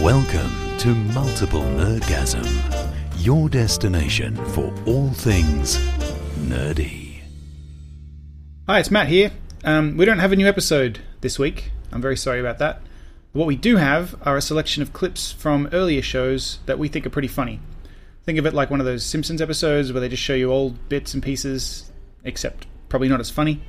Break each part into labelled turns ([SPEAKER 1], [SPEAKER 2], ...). [SPEAKER 1] Welcome to Multiple Nerdgasm, your destination for all things nerdy.
[SPEAKER 2] Hi, it's Matt here. Um, we don't have a new episode this week. I'm very sorry about that. What we do have are a selection of clips from earlier shows that we think are pretty funny. Think of it like one of those Simpsons episodes where they just show you old bits and pieces, except probably not as funny.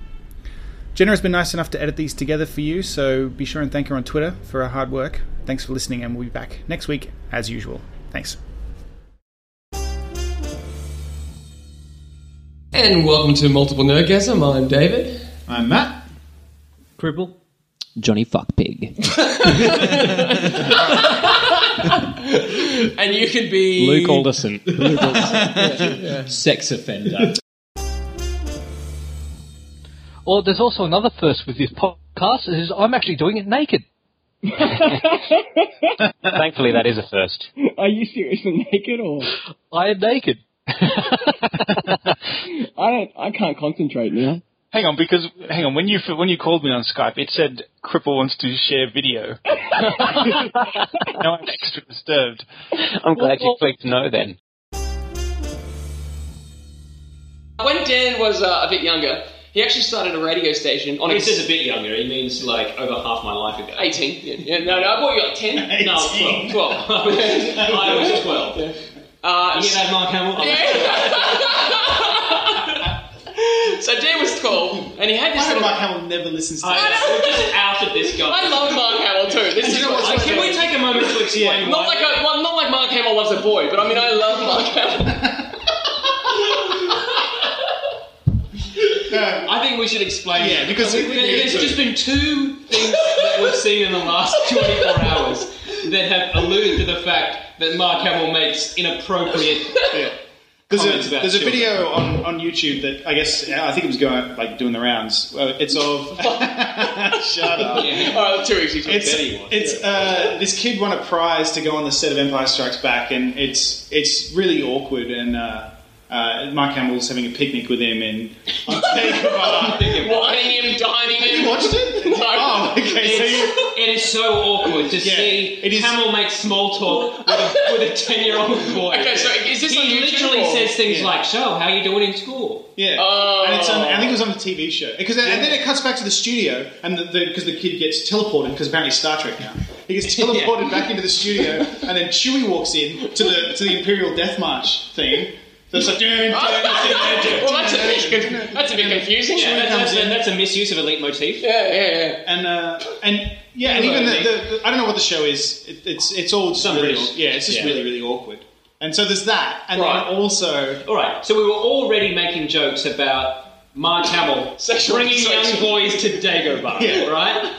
[SPEAKER 2] Jenna has been nice enough to edit these together for you, so be sure and thank her on Twitter for her hard work. Thanks for listening, and we'll be back next week as usual. Thanks.
[SPEAKER 3] And welcome to Multiple Nerdgasm. I'm David.
[SPEAKER 4] I'm Matt.
[SPEAKER 5] Cripple.
[SPEAKER 6] Johnny Fuck Pig.
[SPEAKER 3] And you can be.
[SPEAKER 5] Luke Alderson.
[SPEAKER 4] Sex offender.
[SPEAKER 7] Or there's also another first with this podcast is I'm actually doing it naked.
[SPEAKER 6] Thankfully, that is a first.
[SPEAKER 8] Are you seriously naked or
[SPEAKER 7] I am naked.
[SPEAKER 8] I don't I can't concentrate now.
[SPEAKER 9] Hang on, because hang on. When you when you called me on Skype, it said Cripple wants to share video. now I'm extra disturbed.
[SPEAKER 6] I'm glad you clicked no then.
[SPEAKER 3] When Dan was uh, a bit younger, he actually started a radio station on
[SPEAKER 10] This is a bit younger. He means like over half my life ago.
[SPEAKER 3] 18. Yeah, yeah, no, no, what, you got 10? No, 12.
[SPEAKER 10] 18.
[SPEAKER 3] 12.
[SPEAKER 10] I was 12. Yeah.
[SPEAKER 3] Uh,
[SPEAKER 10] You know Mark Hamill?
[SPEAKER 3] so Dan was 12, and he had this
[SPEAKER 4] I hope
[SPEAKER 3] little...
[SPEAKER 4] Mark Hamill never listens to
[SPEAKER 10] I
[SPEAKER 4] this.
[SPEAKER 3] know.
[SPEAKER 10] We're just out of this guy.
[SPEAKER 3] I love Mark Hamill too. This is
[SPEAKER 10] Like, Can we take a moment to explain
[SPEAKER 3] Not
[SPEAKER 10] why?
[SPEAKER 3] like, I, well, not like Mark Hamill loves a boy, but I mean, I love Mark Hamill.
[SPEAKER 10] I think we should explain.
[SPEAKER 4] Yeah,
[SPEAKER 10] it.
[SPEAKER 4] because
[SPEAKER 10] we,
[SPEAKER 4] we-
[SPEAKER 10] we,
[SPEAKER 4] we-
[SPEAKER 10] there's just been two things that we've seen in the last 24 hours that have alluded to the fact that Mark Hamill makes inappropriate.
[SPEAKER 4] There's,
[SPEAKER 10] comments
[SPEAKER 4] a,
[SPEAKER 10] about
[SPEAKER 4] there's a
[SPEAKER 10] children.
[SPEAKER 4] video on, on YouTube that I guess I think it was going like doing the rounds. Uh, it's of shut up.
[SPEAKER 3] All right, two weeks. he's-
[SPEAKER 4] It's,
[SPEAKER 10] Betty was,
[SPEAKER 4] it's uh, this kid won a prize to go on the set of Empire Strikes Back, and it's it's really awkward. And uh, uh, Mark Hamill's having a picnic with him, and I'm taking a
[SPEAKER 3] Whining him, dining him.
[SPEAKER 4] You watched it?
[SPEAKER 3] No.
[SPEAKER 4] Oh, okay. So you,
[SPEAKER 10] It is so awkward to
[SPEAKER 4] Yeah,
[SPEAKER 10] see
[SPEAKER 4] it is-
[SPEAKER 10] Hamill make small talk with a, with a 10 year old boy.
[SPEAKER 3] Okay, so is this
[SPEAKER 10] he
[SPEAKER 3] on YouTube
[SPEAKER 10] literally
[SPEAKER 3] or-
[SPEAKER 10] says things
[SPEAKER 4] Yeah.
[SPEAKER 10] like, "So, how you doing in school?"
[SPEAKER 4] Yeah,
[SPEAKER 3] Oh.
[SPEAKER 4] and it's on, I think it was on the TV show because and then it cuts back to the studio and because the, 'cause the kid gets teleported because apparently Star Trek now he gets teleported back into the studio and then Chewie walks in to the to the Imperial Death March theme. So it's like dun, dun, dun, dun, dun,
[SPEAKER 3] well, that's a
[SPEAKER 4] dun,
[SPEAKER 3] bit,
[SPEAKER 4] dun,
[SPEAKER 3] con-
[SPEAKER 4] dun.
[SPEAKER 3] that's a bit confusing.
[SPEAKER 10] Yeah, that-
[SPEAKER 3] Yeah,
[SPEAKER 10] that's,
[SPEAKER 4] comes in.
[SPEAKER 10] a, that's a misuse of elite motif.
[SPEAKER 3] yeah, yeah. yeah.
[SPEAKER 4] and uh, and yeah, and even the, the, the I don't know what the show is. It, it's it's all just
[SPEAKER 10] Some
[SPEAKER 4] really,
[SPEAKER 10] British.
[SPEAKER 4] yeah, it's just
[SPEAKER 10] Yeah.
[SPEAKER 4] really really awkward. And so there's that, and
[SPEAKER 10] Right.
[SPEAKER 4] then also
[SPEAKER 10] All right, so we were already making jokes about Mark Hamill
[SPEAKER 3] Sexual
[SPEAKER 10] bringing young
[SPEAKER 3] sexual-
[SPEAKER 10] boys to Dagobah,
[SPEAKER 4] Yeah.
[SPEAKER 10] right?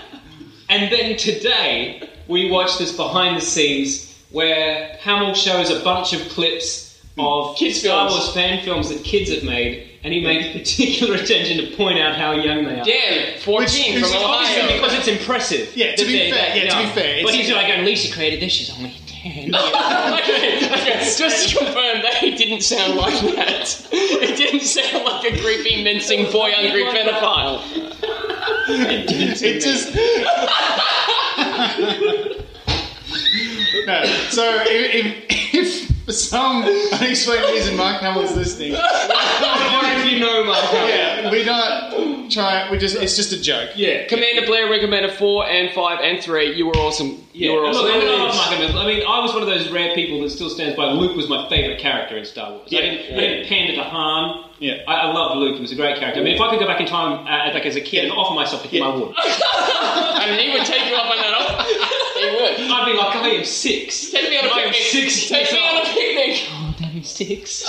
[SPEAKER 10] And then today we watched this behind the scenes where Hamill shows a bunch of clips
[SPEAKER 4] Hmm.
[SPEAKER 10] of
[SPEAKER 3] Kids'
[SPEAKER 10] Star
[SPEAKER 3] films.
[SPEAKER 10] Wars fan films that kids have made, and he makes particular attention to point out how young they are.
[SPEAKER 3] Dan, 14
[SPEAKER 4] Which-
[SPEAKER 3] from
[SPEAKER 4] which is
[SPEAKER 3] Ohio.
[SPEAKER 4] obviously
[SPEAKER 10] Because it's impressive.
[SPEAKER 4] Yeah, to
[SPEAKER 10] that
[SPEAKER 4] be
[SPEAKER 10] they're
[SPEAKER 4] fair,
[SPEAKER 10] that
[SPEAKER 4] yeah, to
[SPEAKER 10] young.
[SPEAKER 4] be fair,
[SPEAKER 10] But
[SPEAKER 4] it's-
[SPEAKER 10] he's like, at least he created this. She's only ten.
[SPEAKER 3] okay, okay, just to confirm, that it didn't sound like that. It didn't sound like a creepy, mincing, boy hungry pedophile.
[SPEAKER 4] it just. no. So if, if, if for some unexplained reason Mark Hamill's listening,
[SPEAKER 10] Or if you know Mark Hamill.
[SPEAKER 4] yeah, we don't try. We just it's just a joke.
[SPEAKER 10] Yeah.
[SPEAKER 3] Commander Blair recommended 4 and 5 and 3. You were awesome.
[SPEAKER 10] Yeah,
[SPEAKER 3] You were
[SPEAKER 10] look,
[SPEAKER 3] awesome.
[SPEAKER 10] I love Mark Hamill. I mean, I was one of those rare people that still stands by Luke was my favourite character in Star Wars.
[SPEAKER 4] Yeah,
[SPEAKER 10] I didn't,
[SPEAKER 4] yeah.
[SPEAKER 10] I didn't pander to Han.
[SPEAKER 4] Yeah.
[SPEAKER 10] I, I loved Luke. He was a great character. I mean, if I could go back in time, uh, like as a kid, and offer myself to him, I would.
[SPEAKER 3] and he would take you up on that offer. He would.
[SPEAKER 10] I'd be like, I am six.
[SPEAKER 3] Take me on a
[SPEAKER 10] I am
[SPEAKER 3] picnic.
[SPEAKER 10] six
[SPEAKER 3] Take me
[SPEAKER 10] years
[SPEAKER 3] on a
[SPEAKER 10] old.
[SPEAKER 3] picnic.
[SPEAKER 10] God, I'm six.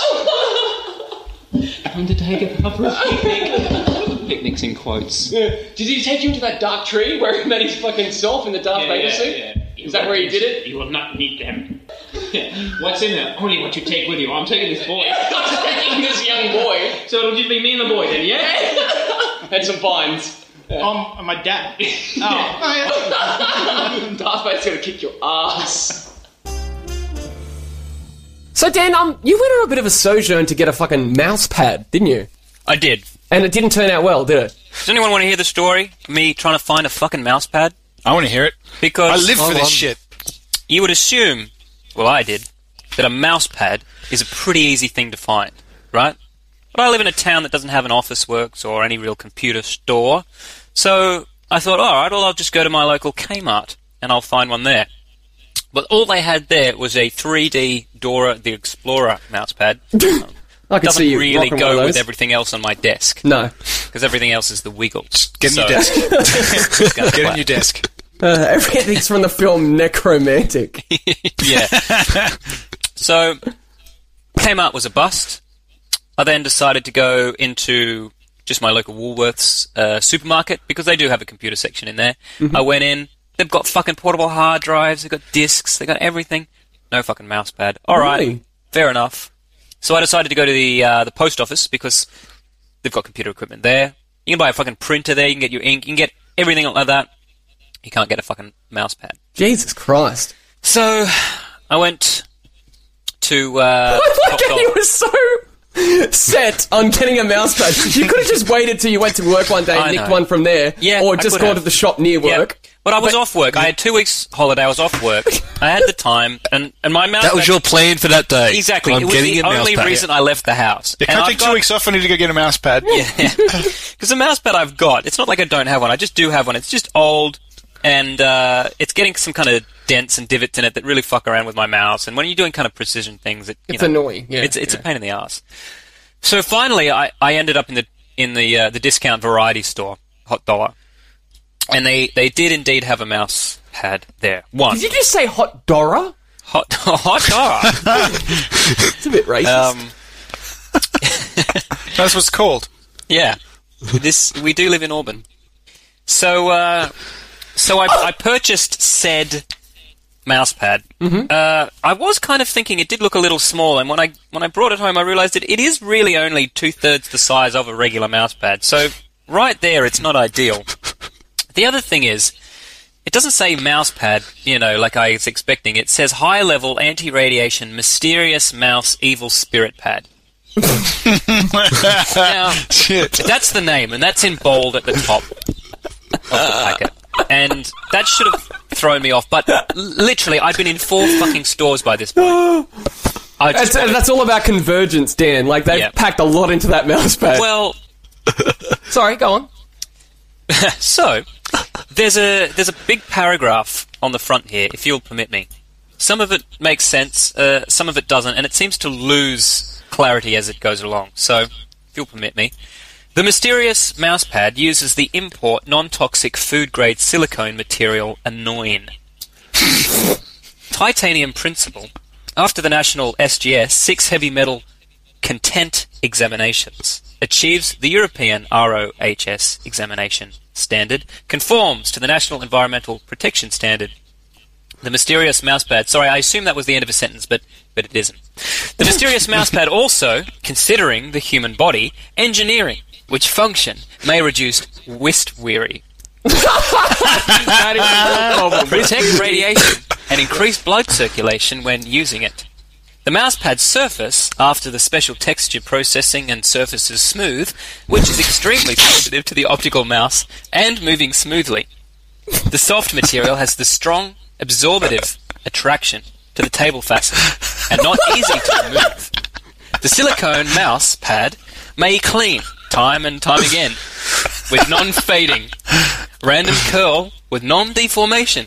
[SPEAKER 10] Come to take a proper picnic. Picnics in quotes. Yeah,
[SPEAKER 3] Did he take you to that dark tree where he met his fucking self in the Darth Vader suit? Is that where he did it?
[SPEAKER 10] You will not need them. Yeah. What's in there? Only what you take with you. I'm taking this boy.
[SPEAKER 3] I'm taking this young boy
[SPEAKER 10] so it'll just be me and the boy then, yeah?
[SPEAKER 3] and some vines.
[SPEAKER 4] Um, my dad. Oh, oh, yeah.
[SPEAKER 3] Darth Vader's gonna kick your ass.
[SPEAKER 11] So Dan, um, you went on a bit of a sojourn to get a fucking mouse pad, didn't you?
[SPEAKER 12] I did.
[SPEAKER 11] And it didn't turn out well, did it?
[SPEAKER 12] Does anyone want to hear the story? Me trying to find a fucking mouse pad?
[SPEAKER 9] I want to hear it.
[SPEAKER 12] Because
[SPEAKER 9] I live for
[SPEAKER 11] Hold
[SPEAKER 9] this
[SPEAKER 11] on.
[SPEAKER 9] shit.
[SPEAKER 7] You would assume, well, I did, that a mouse pad is a pretty easy thing to find, right? But I live in a town that doesn't have an office works or any real computer store, so I thought, all right, well, I'll just go to my local Kmart and I'll find one there. But all they had there was a 3D Dora the Explorer mouse pad.
[SPEAKER 3] I can
[SPEAKER 7] Doesn't
[SPEAKER 3] see you
[SPEAKER 7] really
[SPEAKER 3] rocking one of
[SPEAKER 7] go
[SPEAKER 3] those.
[SPEAKER 7] with everything else on my desk.
[SPEAKER 3] No.
[SPEAKER 7] because everything else is the wiggle.
[SPEAKER 3] Get a new
[SPEAKER 7] desk. Get a new desk.
[SPEAKER 3] Uh, everything's from the film Necromantic.
[SPEAKER 7] yeah. so, Kmart was a bust. I then decided to go into just my local Woolworths uh, supermarket because they do have a computer section in there.
[SPEAKER 12] Mhm.
[SPEAKER 7] I went in. They've got fucking portable hard drives. They've got discs. They've got everything. No fucking mouse pad. All right,
[SPEAKER 3] Really?
[SPEAKER 7] fair enough. So I decided to go to the uh, the post office because they've got computer equipment there. You can buy a fucking printer there. You can get your ink. You can get everything like that. You can't get a fucking mouse pad.
[SPEAKER 3] Jesus Christ.
[SPEAKER 7] So, I went to. Uh,
[SPEAKER 3] I like how
[SPEAKER 7] Topgolf.
[SPEAKER 3] you were so set on getting a mouse pad. You could have just waited till you went to work one day
[SPEAKER 7] I
[SPEAKER 3] and nicked
[SPEAKER 7] know.
[SPEAKER 3] one from there.
[SPEAKER 7] Yeah,
[SPEAKER 3] or
[SPEAKER 7] I
[SPEAKER 3] just
[SPEAKER 7] could
[SPEAKER 3] gone
[SPEAKER 7] have.
[SPEAKER 3] to the shop near
[SPEAKER 7] Yeah.
[SPEAKER 3] work.
[SPEAKER 7] But I was off work. I had two weeks holiday. I was off work. I had the time, and, and my mouse.
[SPEAKER 13] That
[SPEAKER 12] Oh,
[SPEAKER 13] was
[SPEAKER 7] pad-
[SPEAKER 13] your plan for that day.
[SPEAKER 7] Exactly.
[SPEAKER 13] I'm
[SPEAKER 7] it was
[SPEAKER 13] getting
[SPEAKER 7] the
[SPEAKER 13] a mouse
[SPEAKER 7] only
[SPEAKER 13] pad.
[SPEAKER 7] reason I left the house.
[SPEAKER 9] Yeah, can I take two weeks
[SPEAKER 7] off. I need to go get a mouse pad. Yeah, because the mouse pad I've got. It's not like I don't have one. I just do have one. It's just old, and uh, it's getting some kind of dents and divots in it that really fuck around with my mouse. And when you're doing kind of precision things, it, you
[SPEAKER 3] It's
[SPEAKER 7] know,
[SPEAKER 3] annoying, yeah,
[SPEAKER 7] it's it's
[SPEAKER 3] yeah.
[SPEAKER 7] a pain in the ass. So finally, I, I ended up in the in the uh, the discount variety store, hot dollar, and they they did indeed have a mouse pad there. One
[SPEAKER 3] Did you just say hot Dora?
[SPEAKER 7] hot hot dollar.
[SPEAKER 3] it's a bit racist.
[SPEAKER 7] Um, That's what's called. Yeah. This we do live in Auburn. So uh, so I, I purchased said mouse pad. Uh, I was kind of thinking it did look a little small, and when I when I brought it home, I realised it, it is really only two thirds the size of a regular mouse pad. So right there, it's not ideal. The other thing is, it doesn't say mouse pad, you know, like I was expecting. It says high level anti radiation mysterious mouse evil spirit pad. now, that's the name, and that's in bold at the top of the packet. And that should have thrown me off, but l- literally, I've been in four fucking stores by this point. I just
[SPEAKER 3] That's, that's all about convergence, Dan. Like, they've
[SPEAKER 7] Yeah.
[SPEAKER 3] packed a lot into that mouse pad.
[SPEAKER 7] Well,
[SPEAKER 3] sorry, go on.
[SPEAKER 7] so there's a there's a big paragraph on the front here, if you'll permit me. Some of it makes sense, uh, some of it doesn't, and it seems to lose clarity as it goes along. So, if you'll permit me, the mysterious mousepad uses the import non-toxic food-grade silicone material Annoying. titanium principle after the national SGS six heavy metal content examinations achieves the European ROHS examination standard conforms to the national environmental protection standard the mysterious mousepad sorry I assume that was the end of a sentence but but it isn't the mysterious mousepad also considering the human body engineering which function may reduce wrist weary protect radiation and increase blood circulation when using it. The mousepad surface, after the special texture processing and surface is smooth, which is extremely sensitive to the optical mouse and moving smoothly. The soft material has the strong absorptive attraction to the table facet and not easy to remove. The silicone mouse pad may clean time and time again with non fading, random curl with non deformation.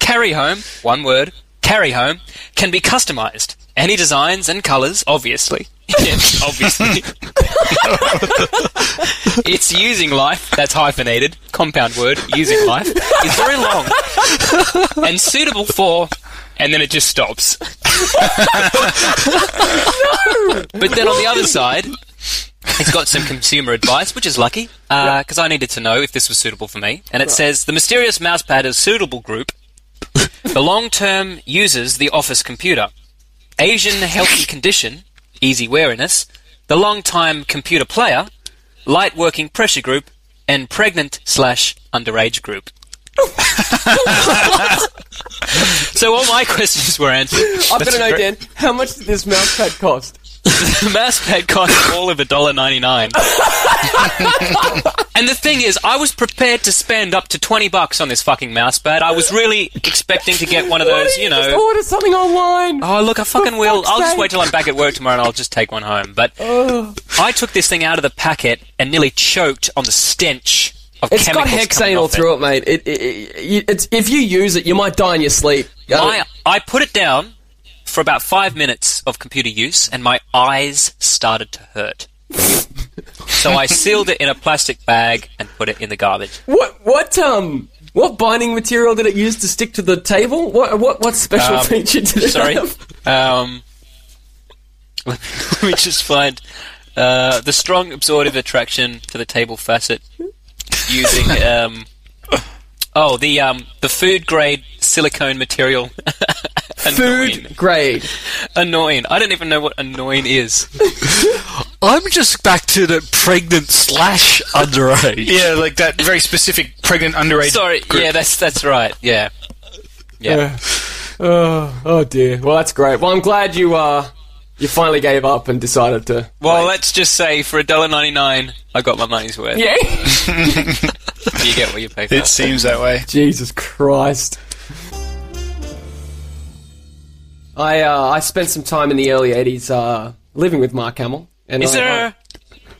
[SPEAKER 7] Carry home, one word, carry home, can be customized. Any designs and colors, obviously. yes, obviously. its using life, that's hyphenated, compound word, using life, is very long and suitable for, and then it just stops. But then on the other side, it's got some consumer advice, which is lucky, because I needed to know if this was suitable for me. And it
[SPEAKER 12] Right.
[SPEAKER 7] says the mysterious mousepad is suitable group for long term users the office computer. Asian healthy condition, easy weariness, the long time computer player, light working pressure group, and pregnant slash underage group. so all my questions were answered.
[SPEAKER 3] I've got to know, Dan, how much did this mouse pad cost?
[SPEAKER 7] the mouse pad cost all of a dollar ninety nine. and the thing is, I was prepared to spend up to twenty bucks on this fucking mouse pad. I was really expecting to get one of
[SPEAKER 3] Why
[SPEAKER 7] those,
[SPEAKER 3] do
[SPEAKER 7] you
[SPEAKER 3] just
[SPEAKER 7] know.
[SPEAKER 3] order something online.
[SPEAKER 7] Oh look, I fucking will.
[SPEAKER 3] fuck's
[SPEAKER 7] I'll just
[SPEAKER 3] sake.
[SPEAKER 7] wait till I'm back at work tomorrow and I'll just take one home. But
[SPEAKER 3] Ugh.
[SPEAKER 7] I took this thing out of the packet and nearly choked on the stench of
[SPEAKER 3] It's got
[SPEAKER 7] chemicals coming
[SPEAKER 3] hexane all
[SPEAKER 7] off it.
[SPEAKER 3] through it, mate. It, it, it, it's, if you use it, you might die in your sleep. Uh,
[SPEAKER 7] My, I put it down for about five minutes of computer use, and my eyes started to hurt. so I sealed it in a plastic bag and put it in the garbage.
[SPEAKER 3] what what um what binding material did it use to stick to the table? What what what special
[SPEAKER 7] Um,
[SPEAKER 3] feature did it
[SPEAKER 7] sorry.
[SPEAKER 3] have?
[SPEAKER 7] Um, let me- let me just find uh, the strong absorptive attraction to the table facet using. Um, oh, the um, the food grade silicone material. Annoying.
[SPEAKER 3] Food grade.
[SPEAKER 7] Annoying. I don't even know what annoying is.
[SPEAKER 12] I'm just back to the pregnant slash underage.
[SPEAKER 9] Yeah, like that very specific pregnant underage.
[SPEAKER 7] Sorry, yeah, that's that's right. Yeah, yeah.
[SPEAKER 3] Oh, oh dear. Well, that's great. Well, I'm glad you uh you finally gave up and decided to.
[SPEAKER 7] Well, let's just say for a dollar ninety nine, I got my money's worth.
[SPEAKER 3] Yeah.
[SPEAKER 7] you get what you pay for.
[SPEAKER 9] It seems that way.
[SPEAKER 3] Jesus Christ. I uh, I spent some time in the early '80s uh, living with Mark Hamill. And
[SPEAKER 7] Is
[SPEAKER 3] I- I-
[SPEAKER 7] there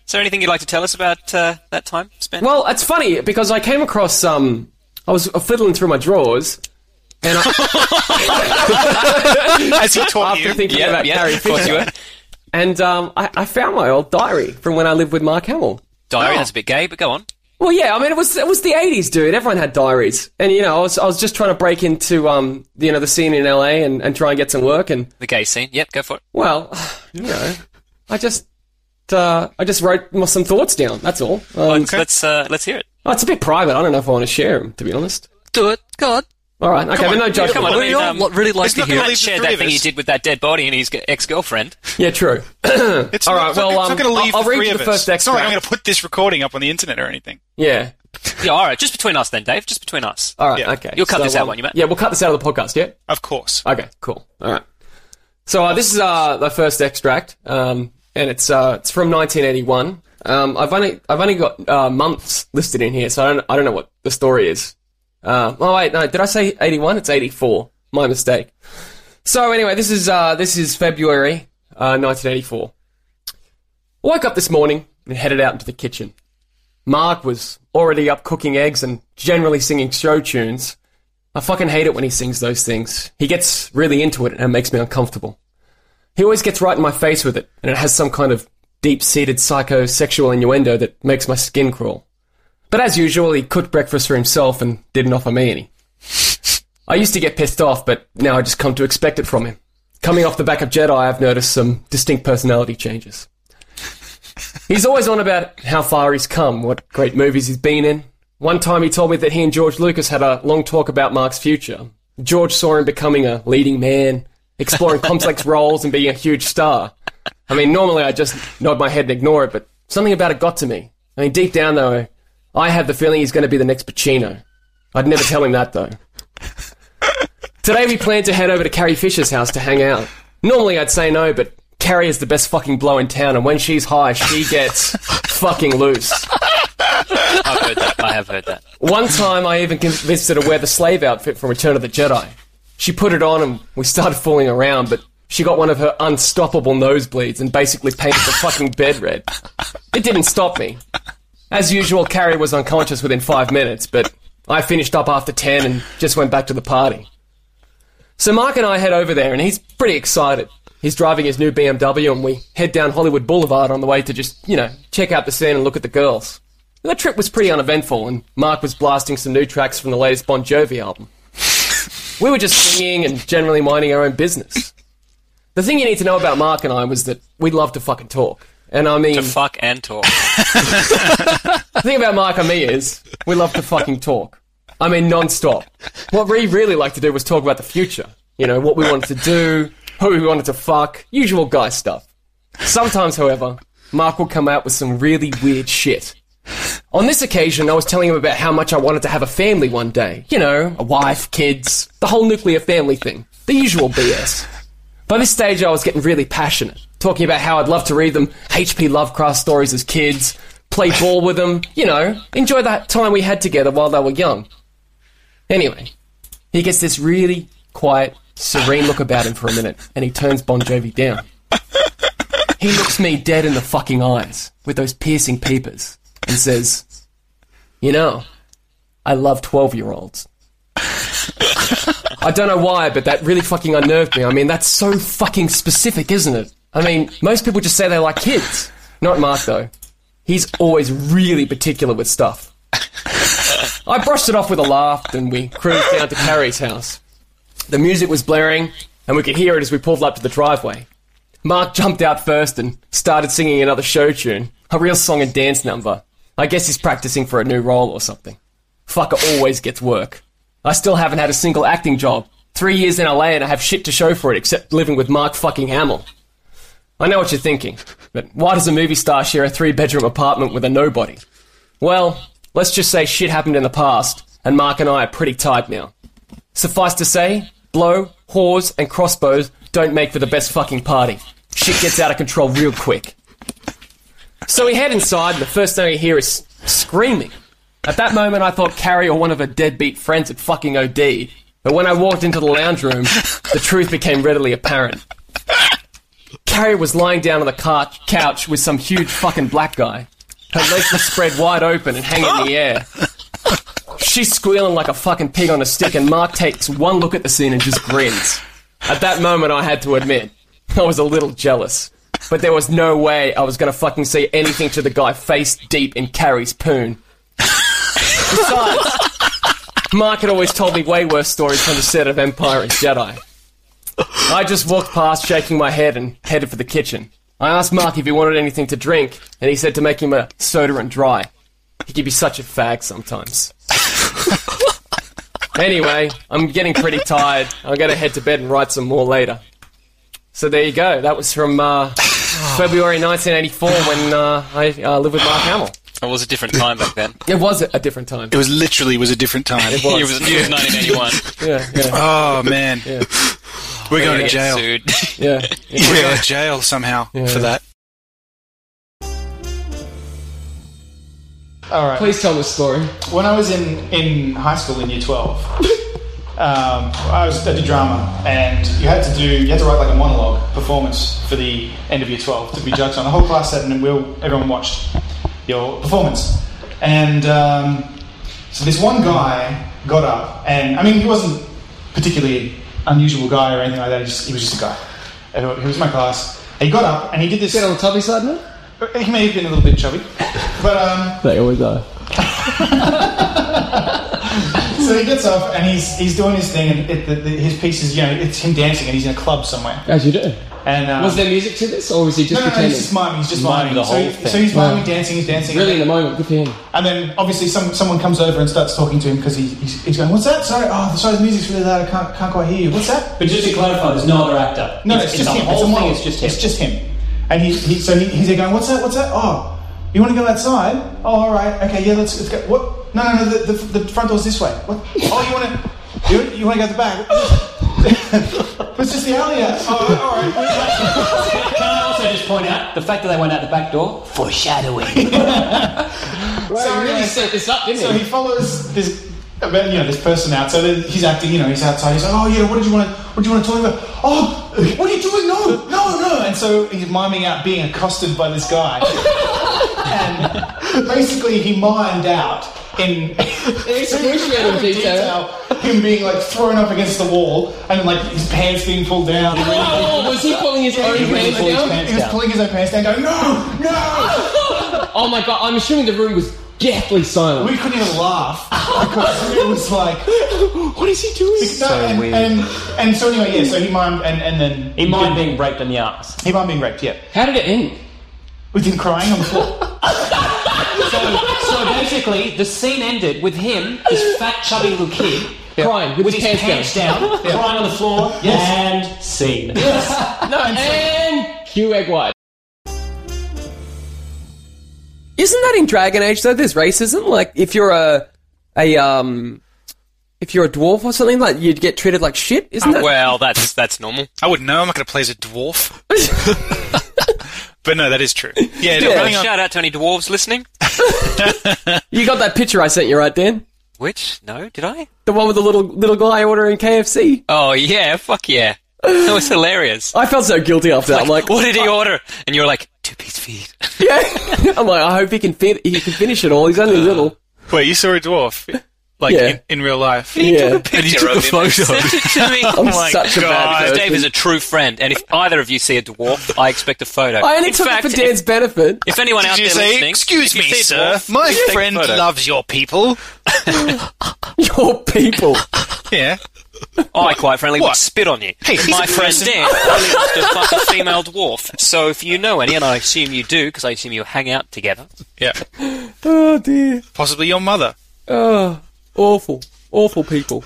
[SPEAKER 7] is there anything you'd like to tell us about uh, that time spent?
[SPEAKER 3] Well, it's funny because I came across um, I was fiddling through my drawers, and I,
[SPEAKER 9] As he taught
[SPEAKER 3] after
[SPEAKER 9] you.
[SPEAKER 3] thinking
[SPEAKER 7] Yeah,
[SPEAKER 3] about
[SPEAKER 7] yeah,
[SPEAKER 3] Carrie
[SPEAKER 7] of course you
[SPEAKER 3] Fisher, and um, I, I found my old diary from when I lived with Mark Hamill.
[SPEAKER 7] Diary. That's a bit gay, but go on.
[SPEAKER 3] Well, yeah, I mean, it was it was the '80s, dude. Everyone had diaries, and you know, I was, I was just trying to break into um, you know, the scene in LA and, and try and get some work, and
[SPEAKER 7] The gay scene. Yep, go for it.
[SPEAKER 3] well, you know, I just uh, I just wrote my- some thoughts down. That's all. Um,
[SPEAKER 7] Let's let's, uh, let's hear it.
[SPEAKER 3] Oh, it's a bit private. I don't know if I want to share them, to be honest.
[SPEAKER 7] Do it. Go on.
[SPEAKER 3] All right. Okay. But no judgment.
[SPEAKER 7] Come on. I mean, um,
[SPEAKER 9] It's not gonna leave
[SPEAKER 7] Matt
[SPEAKER 9] the
[SPEAKER 7] shared
[SPEAKER 9] three
[SPEAKER 7] that
[SPEAKER 9] of
[SPEAKER 7] thing he
[SPEAKER 9] us.
[SPEAKER 7] did with that dead body and his ex girlfriend.
[SPEAKER 3] Yeah. True.
[SPEAKER 9] It's
[SPEAKER 3] All
[SPEAKER 9] not,
[SPEAKER 3] right,
[SPEAKER 9] it's not-
[SPEAKER 3] well,
[SPEAKER 9] it's
[SPEAKER 3] um,
[SPEAKER 9] not going to
[SPEAKER 3] I'll-
[SPEAKER 9] leave
[SPEAKER 3] I'll
[SPEAKER 9] the
[SPEAKER 3] read
[SPEAKER 9] three
[SPEAKER 3] you
[SPEAKER 9] of
[SPEAKER 3] the
[SPEAKER 9] us.
[SPEAKER 3] first
[SPEAKER 9] It's not like I'm going
[SPEAKER 3] extract.
[SPEAKER 9] to put this recording up on the internet or anything.
[SPEAKER 3] Yeah.
[SPEAKER 7] Yeah, all right. Just between us then, Dave. Just between us.
[SPEAKER 3] All right.
[SPEAKER 9] Yeah.
[SPEAKER 3] Okay.
[SPEAKER 7] You'll cut this out,
[SPEAKER 3] um,
[SPEAKER 7] won't you, Matt?
[SPEAKER 3] Yeah, we'll cut this out of the podcast. Yeah.
[SPEAKER 9] Of course.
[SPEAKER 3] Okay. Cool. All right. So uh, this is uh, the first extract, um, and it's uh, it's from 1981. Um, I've only I've only got uh, months listed in here, so I don't I don't know what the story is. Uh, oh wait, no, did I say 81? It's 84. My mistake. So anyway, this is uh, this is February uh, 1984. I woke up this morning and headed out into the kitchen. Mark was already up cooking eggs and generally singing show tunes. I fucking hate it when he sings those things. He gets really into it and it makes me uncomfortable. He always gets right in my face with it, and it has some kind of deep seated psychosexual innuendo that makes my skin crawl. But as usual, he cooked breakfast for himself and didn't offer me any. I used to get pissed off, but now I just come to expect it from him. Coming off the back of Jedi, I've noticed some distinct personality changes. He's always on about how far he's come, what great movies he's been in. One time he told me that he and George Lucas had a long talk about Mark's future. George saw him becoming a leading man, exploring complex roles, and being a huge star. I mean, normally I just nod my head and ignore it, but something about it got to me. I mean, deep down though, I have the feeling he's going to be the next Pacino. I'd never tell him that though. Today we planned to head over to Carrie Fisher's house to hang out. Normally I'd say no, but Carrie is the best fucking blow in town, and when she's high, she gets fucking loose.
[SPEAKER 7] I've heard that. I have heard that.
[SPEAKER 3] One time I even convinced her to wear the slave outfit from Return of the Jedi. She put it on and we started fooling around, but she got one of her unstoppable nosebleeds and basically painted the fucking bed red. It didn't stop me. As usual, Carrie was unconscious within five minutes, but I finished up after ten and just went back to the party. So Mark and I head over there, and he's pretty excited. He's driving his new BMW, and we head down Hollywood Boulevard on the way to just, you know, check out the scene and look at the girls. That trip was pretty uneventful, and Mark was blasting some new tracks from the latest Bon Jovi album. we were just singing and generally minding our own business. The thing you need to know about Mark and I was that we love to fucking talk. And I mean,
[SPEAKER 7] To fuck and talk.
[SPEAKER 3] the thing about Mark and me is we love to fucking talk. I mean, non-stop. What we really like to do was talk about the future. You know, what we wanted to do, who we wanted to fuck, usual guy stuff. Sometimes, however, Mark will come out with some really weird shit. On this occasion, I was telling him about how much I wanted to have a family one day. You know, a wife, kids, the whole nuclear family thing. The usual BS. By this stage, I was getting really passionate. talking about how I'd love to read them H.P. Lovecraft stories as kids, play ball with them, you know, enjoy that time we had together while they were young. Anyway, he gets this really quiet, serene look about him for a minute, and he turns Bon Jovi down. He looks me dead in the fucking eyes with those piercing peepers and says, You know, I love 12 year olds. I don't know why, but that really fucking unnerved me. I mean, that's so fucking specific, isn't it? I mean, most people just say they like kids. Not Mark, though. He's always really particular with stuff. I brushed it off with a laugh, and we cruised down to Carrie's house. The music was blaring, and we could hear it as we pulled up to the driveway. Mark jumped out first and started singing another show tune, a real song and dance number. I guess he's practicing for a new role or something. Fucker always gets work. I still haven't had a single acting job. Three years in LA and I have shit to show for it except living with Mark fucking Hamill. I know what you're thinking, but why does a movie star share a three bedroom apartment with a nobody? Well, let's just say shit happened in the past, and Mark and I are pretty tight now. Suffice to say, blow, whores, and crossbows don't make for the best fucking party. Shit gets out of control real quick. So we head inside, and the first thing we hear is screaming. At that moment, I thought Carrie or one of her deadbeat friends had fucking OD'd. But when I walked into the lounge room, the truth became readily apparent. Carrie was lying down on the car- couch with some huge fucking black guy. Her legs were spread wide open and hanging in the air. She's squealing like a fucking pig on a stick, and Mark takes one look at the scene and just grins. At that moment, I had to admit, I was a little jealous. But there was no way I was gonna fucking see anything to the guy face deep in Carrie's poon. Besides, Mark had always told me way worse stories from the set of Empire and Jedi. I just walked past, shaking my head, and headed for the kitchen. I asked Mark if he wanted anything to drink, and he said to make him a soda and dry. He can be such a fag sometimes. anyway, I'm getting pretty tired. I'm going to head to bed and write some more later. So there you go. That was from uh, February 1984 when uh, I uh, lived with Mark Hamill.
[SPEAKER 7] It was a different time back then.
[SPEAKER 3] It was a different time.
[SPEAKER 12] It was literally was a different time.
[SPEAKER 7] It was, it was
[SPEAKER 3] Yeah,
[SPEAKER 7] 1981.
[SPEAKER 12] Oh man, we're going
[SPEAKER 7] Yeah.
[SPEAKER 12] to jail.
[SPEAKER 7] Sued.
[SPEAKER 3] Yeah,
[SPEAKER 12] we're going to jail somehow for that.
[SPEAKER 4] All right.
[SPEAKER 3] Please tell this story.
[SPEAKER 4] When I was in, in high school in year 12, um, I was I did drama, and you had to do you had to write like a monologue performance for the end of year 12 to be judged on. The whole class sat and we all, everyone watched your performance. And um, so this one guy got up, and I mean he wasn't particularly unusual guy or anything like that. He, just, he was just a guy. And He was in my class. He got up and he did this. Get on the tubby side now. He may have been a little bit chubby, but um,
[SPEAKER 3] They always are.
[SPEAKER 4] so he gets up and he's he's doing his thing, and it, the, the, his piece is you know it's him dancing, and he's in a club somewhere.
[SPEAKER 3] As you do.
[SPEAKER 4] And um,
[SPEAKER 3] was there music to this, or was he just
[SPEAKER 4] no, no, no,
[SPEAKER 3] pretending?
[SPEAKER 4] he's just miming. He's just
[SPEAKER 3] Miming
[SPEAKER 4] miming.
[SPEAKER 3] the
[SPEAKER 4] so,
[SPEAKER 3] whole
[SPEAKER 4] he-
[SPEAKER 3] thing.
[SPEAKER 4] so he's
[SPEAKER 3] Wow.
[SPEAKER 4] miming, dancing, he's dancing.
[SPEAKER 3] Really in the moment, good for him.
[SPEAKER 4] And then obviously some, someone comes over and starts talking to him because he, he's, he's going, "What's that? Sorry, oh, sorry, the music's really loud. I can't, can't quite hear you. What's that?"
[SPEAKER 10] But just to clarify, there's no other actor.
[SPEAKER 4] No, no, it's, just
[SPEAKER 10] the
[SPEAKER 4] him.
[SPEAKER 10] whole
[SPEAKER 4] it's a model.
[SPEAKER 10] thing is just him.
[SPEAKER 4] It's just him. And he, he so he, he's there going, "What's that? What's that? Oh, you want to go outside? Oh, all right, okay, yeah, let's, let's go. What? No, no, no, the, the, the front door's this way. What? Oh, you want to? You, you want to go to the back? it's just the alley. out. Oh, all right.
[SPEAKER 10] Can I also just point out the fact that they went out the back door? Foreshadowing.
[SPEAKER 4] so he really set this up, didn't so he? follows this, about, you know, this person out. So then he's acting, you know, he's outside. He's like, "Oh yeah, what did you want? to What do you want to talk about? Oh, what are you doing? No, no, no!" And so he's miming out being accosted by this guy, and basically he mimed out in
[SPEAKER 13] excruciating detail.
[SPEAKER 4] him being like thrown up against the wall and like his pants being pulled down.
[SPEAKER 13] Oh, was he pulling his own
[SPEAKER 4] He really
[SPEAKER 13] pants
[SPEAKER 4] pulled his
[SPEAKER 13] down?
[SPEAKER 4] He was pulling his own pants down, going, "No,
[SPEAKER 13] oh my god, I'm assuming the room was deathly silent.
[SPEAKER 4] We couldn't even laugh because it was like,
[SPEAKER 13] what is he doing?
[SPEAKER 4] So and,
[SPEAKER 10] weird.
[SPEAKER 4] And, and so anyway, yeah. So he mimed, and, and then
[SPEAKER 10] He mimed being raped in the arse.
[SPEAKER 4] He mimed being raped. Yeah.
[SPEAKER 13] How did it end?
[SPEAKER 4] With him crying on the floor.
[SPEAKER 10] so, so basically, the scene ended with him, this fat, chubby little kid,
[SPEAKER 13] Crying with,
[SPEAKER 10] with
[SPEAKER 13] his,
[SPEAKER 10] his
[SPEAKER 13] pants,
[SPEAKER 10] pants down, crying on the floor, and scene.
[SPEAKER 13] Yes. no, and Q egg white.
[SPEAKER 3] Isn't that in Dragon Age though? There's racism. Like if you're a a um if you're a dwarf or something, like you'd get treated like shit, isn't that?
[SPEAKER 7] well, that's that's normal.
[SPEAKER 12] I wouldn't know. I'm not going to play as a dwarf.
[SPEAKER 9] But no, that is true. Yeah,
[SPEAKER 7] Still,
[SPEAKER 9] running on-
[SPEAKER 7] shout out to any dwarves listening.
[SPEAKER 3] You got that picture I sent you, right, Dan?
[SPEAKER 7] Which? No, did I?
[SPEAKER 3] The one with the little little guy ordering KFC.
[SPEAKER 7] Oh yeah, fuck yeah. That was hilarious.
[SPEAKER 3] I felt so guilty after that. I'm like,
[SPEAKER 7] What did he order? And you're like, two piece feet.
[SPEAKER 3] yeah. I'm like, I hope he can fin- he can finish it all. He's only little.
[SPEAKER 9] Wait, you saw a dwarf? Like
[SPEAKER 3] Yeah.
[SPEAKER 9] in, in real life.
[SPEAKER 3] He took a Yeah. picture
[SPEAKER 9] and he took
[SPEAKER 7] of
[SPEAKER 9] a
[SPEAKER 7] him and
[SPEAKER 9] photo.
[SPEAKER 7] sent it to me.
[SPEAKER 9] oh
[SPEAKER 7] I'm
[SPEAKER 9] my
[SPEAKER 3] such a bad
[SPEAKER 9] god.
[SPEAKER 3] person.
[SPEAKER 7] Dave is a true friend, and if either of you see a dwarf, I expect a photo.
[SPEAKER 3] I only
[SPEAKER 7] in
[SPEAKER 3] took
[SPEAKER 7] fact,
[SPEAKER 3] it for Dan's benefit.
[SPEAKER 7] if, if anyone
[SPEAKER 3] Did
[SPEAKER 7] out
[SPEAKER 3] you
[SPEAKER 7] there
[SPEAKER 3] say,
[SPEAKER 7] listening,
[SPEAKER 3] "Excuse
[SPEAKER 7] if you
[SPEAKER 3] me,
[SPEAKER 7] see a
[SPEAKER 3] sir,
[SPEAKER 7] dwarf,
[SPEAKER 3] my
[SPEAKER 7] take a
[SPEAKER 3] friend
[SPEAKER 7] photo."
[SPEAKER 9] Loves your people.
[SPEAKER 3] Your people.
[SPEAKER 9] Yeah.
[SPEAKER 7] I quite frankly would
[SPEAKER 9] What?
[SPEAKER 7] spit on you.
[SPEAKER 9] Hey, he's
[SPEAKER 7] my
[SPEAKER 9] a
[SPEAKER 7] friend
[SPEAKER 9] person.
[SPEAKER 7] Dan only wants to fuck a female dwarf. So if you know any, and I assume you do, because I assume you hang out together.
[SPEAKER 9] Yeah.
[SPEAKER 3] Oh dear.
[SPEAKER 9] Possibly your mother.
[SPEAKER 3] Oh, awful, awful people.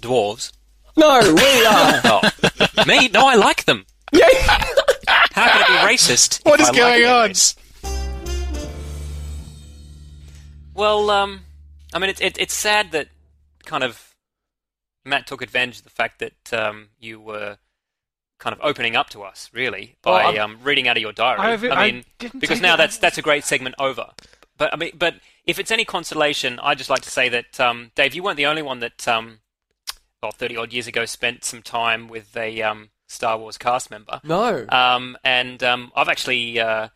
[SPEAKER 7] Dwarves.
[SPEAKER 3] No, we are.
[SPEAKER 7] Oh. Me? No, I like them.
[SPEAKER 3] Yeah.
[SPEAKER 7] How can I be racist?
[SPEAKER 9] What is
[SPEAKER 7] if I like
[SPEAKER 9] going
[SPEAKER 7] them?
[SPEAKER 9] on?
[SPEAKER 7] Well, um, I mean, it, it, it's sad that kind of Matt took advantage of the fact that um, you were kind of opening up to us, really,
[SPEAKER 9] Oh,
[SPEAKER 7] by
[SPEAKER 9] I'm-
[SPEAKER 7] um, reading out of your diary.
[SPEAKER 9] I've- I
[SPEAKER 7] mean,
[SPEAKER 9] didn't
[SPEAKER 7] because
[SPEAKER 9] take
[SPEAKER 7] now
[SPEAKER 9] it-
[SPEAKER 7] that's that's a great segment over. But I mean, but if it's any consolation, I'd just like to say that um, Dave, you weren't the only one that um, well, thirty odd years ago spent some time with a um, Star Wars cast member.
[SPEAKER 3] No.
[SPEAKER 7] Um, and um, I've actually, uh,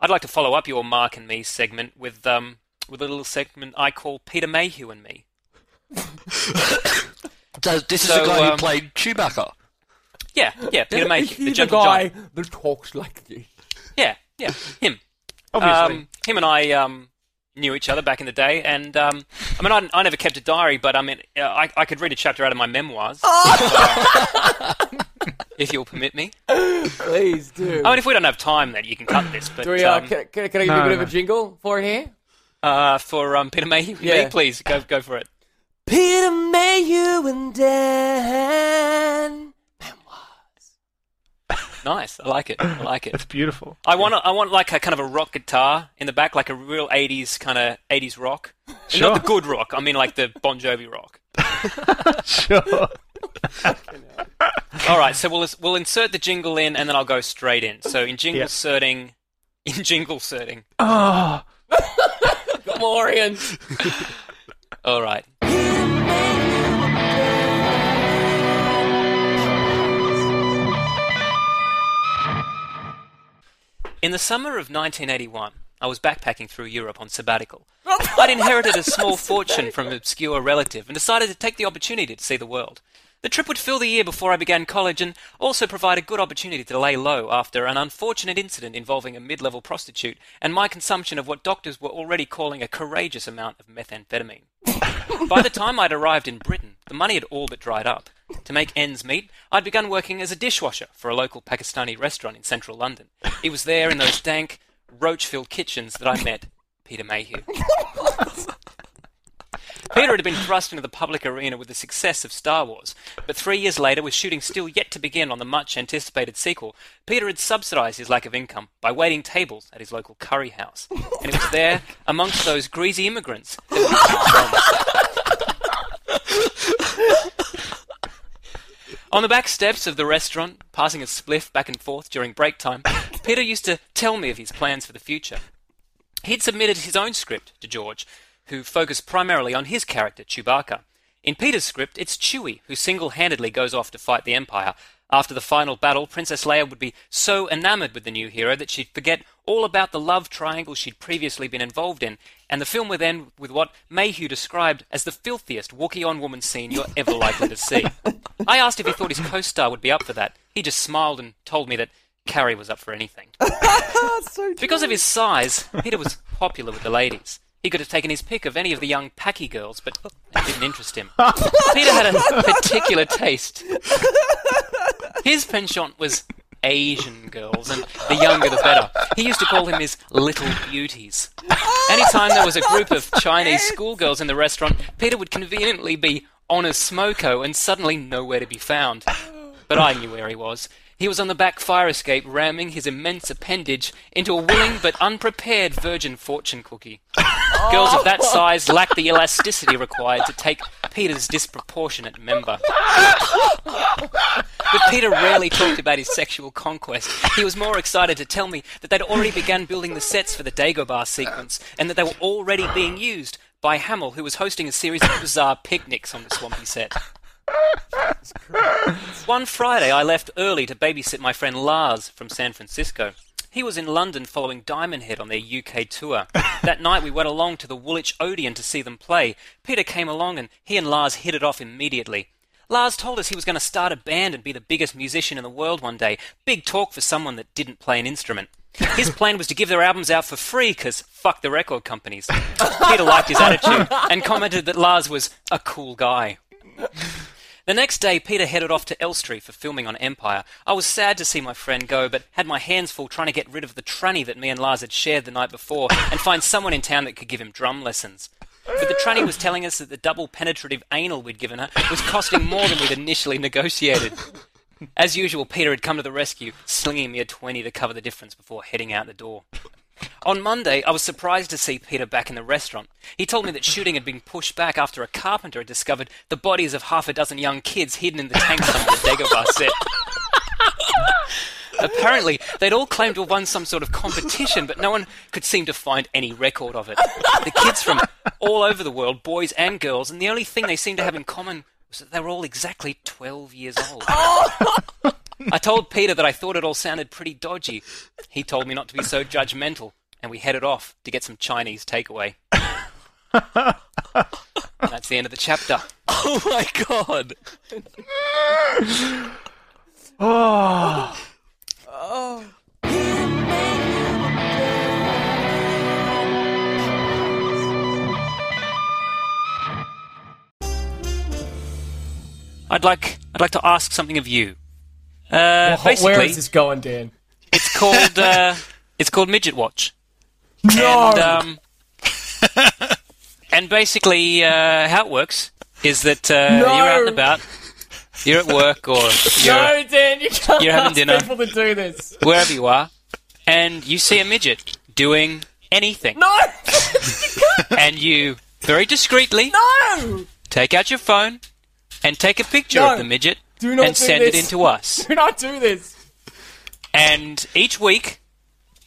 [SPEAKER 7] I'd like to follow up your Mark and Me segment with um, with a little segment I call Peter Mayhew and Me.
[SPEAKER 12] Does, this is
[SPEAKER 7] So,
[SPEAKER 12] the guy who
[SPEAKER 7] um,
[SPEAKER 12] played Chewbacca.
[SPEAKER 7] Yeah, yeah, Peter Mayhew, the,
[SPEAKER 3] He's the
[SPEAKER 7] gentle
[SPEAKER 3] guy
[SPEAKER 7] giant.
[SPEAKER 3] that talks like this.
[SPEAKER 7] Yeah, yeah, him.
[SPEAKER 3] Obviously.
[SPEAKER 7] Um, him and I um, knew each other back in the day, and um, I mean, I, I never kept a diary, but I mean, uh, I, I could read a chapter out of my memoirs,
[SPEAKER 3] Oh!
[SPEAKER 7] uh, if you'll permit me.
[SPEAKER 3] Please do.
[SPEAKER 7] I mean, if we don't have time, then you can cut this. But
[SPEAKER 3] do we, uh,
[SPEAKER 7] um,
[SPEAKER 3] can, can, can I give you
[SPEAKER 7] no,
[SPEAKER 3] a bit of
[SPEAKER 7] no.
[SPEAKER 3] a jingle for here?
[SPEAKER 7] uh, for um, Peter Mayhew, and
[SPEAKER 3] Yeah.
[SPEAKER 7] me, please go go for it.
[SPEAKER 3] Peter Mayhew and Dan.
[SPEAKER 7] Nice, I like it. I like it.
[SPEAKER 9] Beautiful.
[SPEAKER 7] I want a, I want like a kind of a rock guitar in the back, like a real '80s kind of '80s rock, And
[SPEAKER 9] Sure.
[SPEAKER 7] not the good rock. I mean, like the Bon Jovi rock.
[SPEAKER 9] Sure.
[SPEAKER 7] All right, so we'll we'll insert the jingle in, and then I'll go straight in. So in jingle inserting, in jingle inserting.
[SPEAKER 9] Oh.
[SPEAKER 3] Gamorrean.
[SPEAKER 7] All right. In the summer of 1981, I was backpacking through Europe on sabbatical. I'd inherited a small fortune from an obscure relative and decided to take the opportunity to see the world. The trip would fill the year before I began college and also provide a good opportunity to lay low after an unfortunate incident involving a mid level prostitute and my consumption of what doctors were already calling a courageous amount of methamphetamine. By the time I'd arrived in Britain, the money had all but dried up. To make ends meet, I'd begun working as a dishwasher for a local Pakistani restaurant in central London. It was there in those dank, roach filled kitchens that I met Peter Mayhew. Peter had been thrust into the public arena with the success of Star Wars, but three years later, with shooting still yet to begin on the much anticipated sequel, Peter had subsidised his lack of income by waiting tables at his local curry house. And it was there, amongst those greasy immigrants, that we On the back steps of the restaurant, passing a spliff back and forth during break time, Peter used to tell me of his plans for the future. He'd submitted his own script to George, who focused primarily on his character, Chewbacca. In Peter's script, it's Chewie who single handedly goes off to fight the Empire. After the final battle, Princess Leia would be so enamored with the new hero that she'd forget all about the love triangle she'd previously been involved in, and the film would end with what Mayhew described as the filthiest walkie on woman scene you're ever likely to see. I asked if he thought his co star would be up for that. He just smiled and told me that Carrie was up for anything. Because of his size, Peter was popular with the ladies. He could have taken his pick of any of the young packy girls, but it didn't interest him. Peter had a particular taste. His penchant was Asian girls, and the younger the better. He used to call them his little beauties. Anytime there was a group of Chinese schoolgirls in the restaurant, Peter would conveniently be on a smoko and suddenly nowhere to be found. But I knew where he was. He was on the back fire escape ramming his immense appendage into a willing but unprepared virgin fortune cookie. Girls of that size lack the elasticity required to take Peter's disproportionate member. But Peter rarely talked about his sexual conquest. He was more excited to tell me that they'd already begun building the sets for the Dagobah sequence and that they were already being used by Hamill, who was hosting a series of bizarre picnics on the swampy set. One Friday, I left early to babysit my friend Lars from San Francisco. He was in London following Diamond Head on their UK tour. that night, we went along to the Woolwich Odeon to see them play. Peter came along, and he and Lars hit it off immediately. Lars told us he was going to start a band and be the biggest musician in the world one day. Big talk for someone that didn't play an instrument. His plan was to give their albums out for free because fuck the record companies. Peter liked his attitude and commented that Lars was a cool guy. The next day, Peter headed off to Elstree for filming on Empire. I was sad to see my friend go, but had my hands full trying to get rid of the tranny that me and Lars had shared the night before and find someone in town that could give him drum lessons. But the tranny was telling us that the double penetrative anal we'd given her was costing more than we'd initially negotiated. As usual, Peter had come to the rescue, slinging me a 20 to cover the difference before heading out the door. On Monday, I was surprised to see Peter back in the restaurant. He told me that shooting had been pushed back after a carpenter had discovered the bodies of half a dozen young kids hidden in the tank sump of the Dagobah set. Apparently, they'd all claimed to have won some sort of competition, but no one could seem to find any record of it. The kids from all over the world, boys and girls, and the only thing they seemed to have in common was that they were all exactly 12 years old. I told Peter that I thought it all sounded pretty dodgy. He told me not to be so judgmental, and we headed off to get some Chinese takeaway. And that's the end of the chapter.
[SPEAKER 12] Oh my god!
[SPEAKER 2] Oh.
[SPEAKER 12] oh.
[SPEAKER 7] I'd like I'd like to ask something of you. Uh,
[SPEAKER 3] Wh-
[SPEAKER 7] basically,
[SPEAKER 3] where is this going, Dan?
[SPEAKER 7] it's called uh, it's called Midget Watch.
[SPEAKER 3] No.
[SPEAKER 7] And, um, and basically, uh, how it works is that uh,
[SPEAKER 3] No.
[SPEAKER 7] you're out and about, you're at work or you're
[SPEAKER 3] no, Dan, you can't
[SPEAKER 7] you're having
[SPEAKER 3] ask
[SPEAKER 7] dinner.
[SPEAKER 3] people to do this.
[SPEAKER 7] wherever you are, and you see a midget doing anything.
[SPEAKER 3] No!
[SPEAKER 7] and you very discreetly
[SPEAKER 3] No!
[SPEAKER 7] take out your phone and take a picture
[SPEAKER 3] No.
[SPEAKER 7] of the midget
[SPEAKER 3] Do not
[SPEAKER 7] and
[SPEAKER 3] do
[SPEAKER 7] send it
[SPEAKER 3] this.
[SPEAKER 7] in to us.
[SPEAKER 3] Do not do this.
[SPEAKER 7] And each week,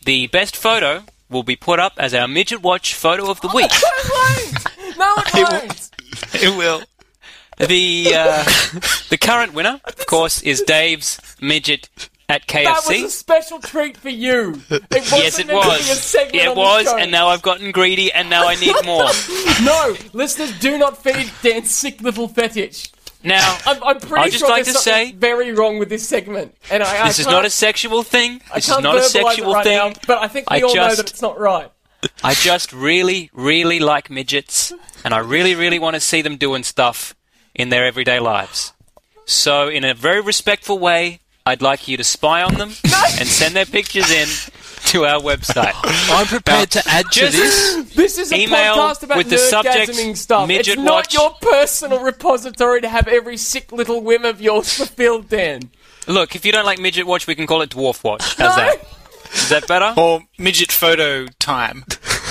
[SPEAKER 7] the best photo will be put up as our midget watch photo of the week.
[SPEAKER 3] No, it won't.
[SPEAKER 7] it will. The uh, the current winner, of course, is Dave's midget at KFC.
[SPEAKER 3] That was a special treat for you. It wasn't
[SPEAKER 7] yes, it
[SPEAKER 3] meant to be a
[SPEAKER 7] was.
[SPEAKER 3] segment
[SPEAKER 7] Yeah,
[SPEAKER 3] on
[SPEAKER 7] it
[SPEAKER 3] the
[SPEAKER 7] was,
[SPEAKER 3] show.
[SPEAKER 7] and now I've gotten greedy, and now I need more.
[SPEAKER 3] no, listeners, do not feed Dan's sick little fetish.
[SPEAKER 7] Now,
[SPEAKER 3] I'm, I'm pretty
[SPEAKER 7] I'd just
[SPEAKER 3] sure
[SPEAKER 7] like
[SPEAKER 3] there's
[SPEAKER 7] to say-
[SPEAKER 3] something very wrong with this segment, and I, I
[SPEAKER 7] this is
[SPEAKER 3] can't-
[SPEAKER 7] not a sexual thing.
[SPEAKER 3] I
[SPEAKER 7] This is
[SPEAKER 3] can't
[SPEAKER 7] not a
[SPEAKER 3] verbalise it
[SPEAKER 7] sexual
[SPEAKER 3] right
[SPEAKER 7] thing.
[SPEAKER 3] now, but I think we
[SPEAKER 7] I
[SPEAKER 3] all know
[SPEAKER 7] just-
[SPEAKER 3] that it's not right.
[SPEAKER 7] I just really, really like midgets, and I really, really want to see them doing stuff in their everyday lives. So, in a very respectful way, I'd like you to spy on them and send their pictures in to our website.
[SPEAKER 12] I'm prepared to add to
[SPEAKER 7] just-
[SPEAKER 12] this.
[SPEAKER 3] This is a
[SPEAKER 7] Email
[SPEAKER 3] podcast about
[SPEAKER 7] with the subject,
[SPEAKER 3] nerdgasming stuff.
[SPEAKER 7] midget
[SPEAKER 3] it's not
[SPEAKER 7] watch.
[SPEAKER 3] your personal repository to have every sick little whim of yours fulfilled, Dan.
[SPEAKER 7] Look, if you don't like midget watch, we can call it dwarf watch. How's that? Is that better?
[SPEAKER 14] Oh.
[SPEAKER 12] Or midget photo time.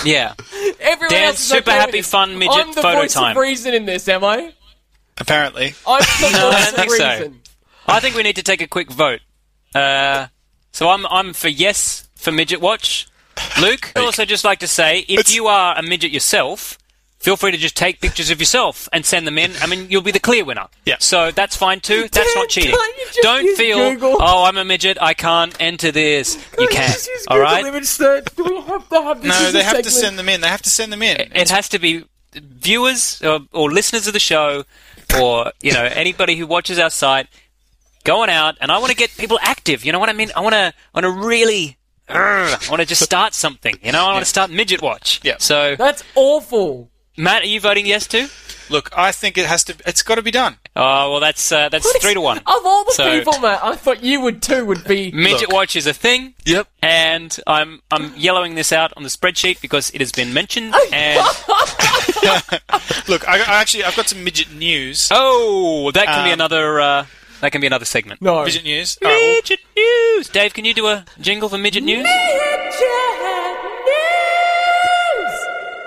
[SPEAKER 7] Yeah.
[SPEAKER 3] Everyone
[SPEAKER 7] Dan,
[SPEAKER 3] else is
[SPEAKER 7] super
[SPEAKER 3] okay with
[SPEAKER 7] happy
[SPEAKER 3] this.
[SPEAKER 7] fun midget
[SPEAKER 3] I'm the
[SPEAKER 7] photo
[SPEAKER 3] voice
[SPEAKER 7] time.
[SPEAKER 3] of reason in this, am I?
[SPEAKER 12] Apparently.
[SPEAKER 3] I'm the
[SPEAKER 7] No,
[SPEAKER 3] voice
[SPEAKER 7] I don't
[SPEAKER 3] of
[SPEAKER 7] think so.
[SPEAKER 3] reason.
[SPEAKER 7] I think we need to take a quick vote. Uh, so I'm I'm for yes for midget watch. Luke, I'd also just like to say if you are a midget yourself, feel free to just take pictures of yourself and send them in. I mean, you'll be the clear winner. Yeah. So that's fine too. That's not cheating.
[SPEAKER 3] can't you just
[SPEAKER 7] Don't
[SPEAKER 3] use
[SPEAKER 7] feel
[SPEAKER 3] Google?
[SPEAKER 7] oh I'm a midget. I can't enter this. you
[SPEAKER 3] Can I
[SPEAKER 7] can.
[SPEAKER 3] just use
[SPEAKER 7] All
[SPEAKER 3] Google
[SPEAKER 7] right.
[SPEAKER 3] image search? Do we have to have this? as
[SPEAKER 12] No,
[SPEAKER 3] a
[SPEAKER 12] they have to
[SPEAKER 3] segment?
[SPEAKER 12] send them in. They have to send them in.
[SPEAKER 7] It has to be viewers or, or listeners of the show, or you know anybody who watches our site going out. And I want to get people active. You know what I mean? I want to, I want to really, Urgh, I want to just start something. You know, I want to start midget watch. Yeah. So
[SPEAKER 3] That's awful.
[SPEAKER 7] Matt, are you voting yes too?
[SPEAKER 12] Look, I think it has to. It's got to be done.
[SPEAKER 7] Oh well, that's uh, that's three to one.
[SPEAKER 3] Of all the
[SPEAKER 7] So-
[SPEAKER 3] people, Matt, I thought you would too. Would be
[SPEAKER 7] Midget watch is a thing.
[SPEAKER 12] Yep.
[SPEAKER 7] And I'm I'm yellowing this out on the spreadsheet because it has been mentioned. And
[SPEAKER 12] Look, I, I actually I've got some midget news.
[SPEAKER 7] oh, that can be
[SPEAKER 12] Um,
[SPEAKER 7] another. Uh, That can be another segment.
[SPEAKER 10] No.
[SPEAKER 7] Midget news.
[SPEAKER 14] Oh,
[SPEAKER 7] Midget news. Dave, can you do a jingle for midget news?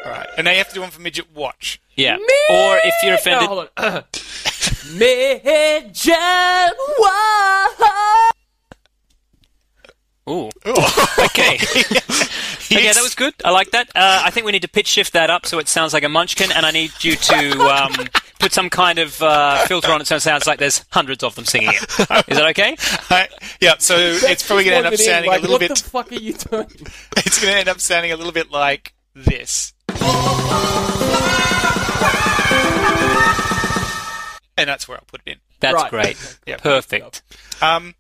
[SPEAKER 14] Alright. And now you have to do one for Midget Watch.
[SPEAKER 7] Yeah. Or if you're offended.
[SPEAKER 10] No, hold
[SPEAKER 3] Midget
[SPEAKER 7] Ooh. okay. Okay, that was good. I like that. Uh, I think we need to pitch shift that up so it sounds like a munchkin, and I need you to um, put some kind of uh, filter on it so it sounds like there's hundreds of them singing it. Is that okay?
[SPEAKER 14] yeah, so it's probably going to end up sounding a little bit.
[SPEAKER 10] fuck are you doing?
[SPEAKER 14] It's going to end up sounding a little bit like this. And that's where I'll put it in.
[SPEAKER 7] That's great. Perfect.
[SPEAKER 14] Um,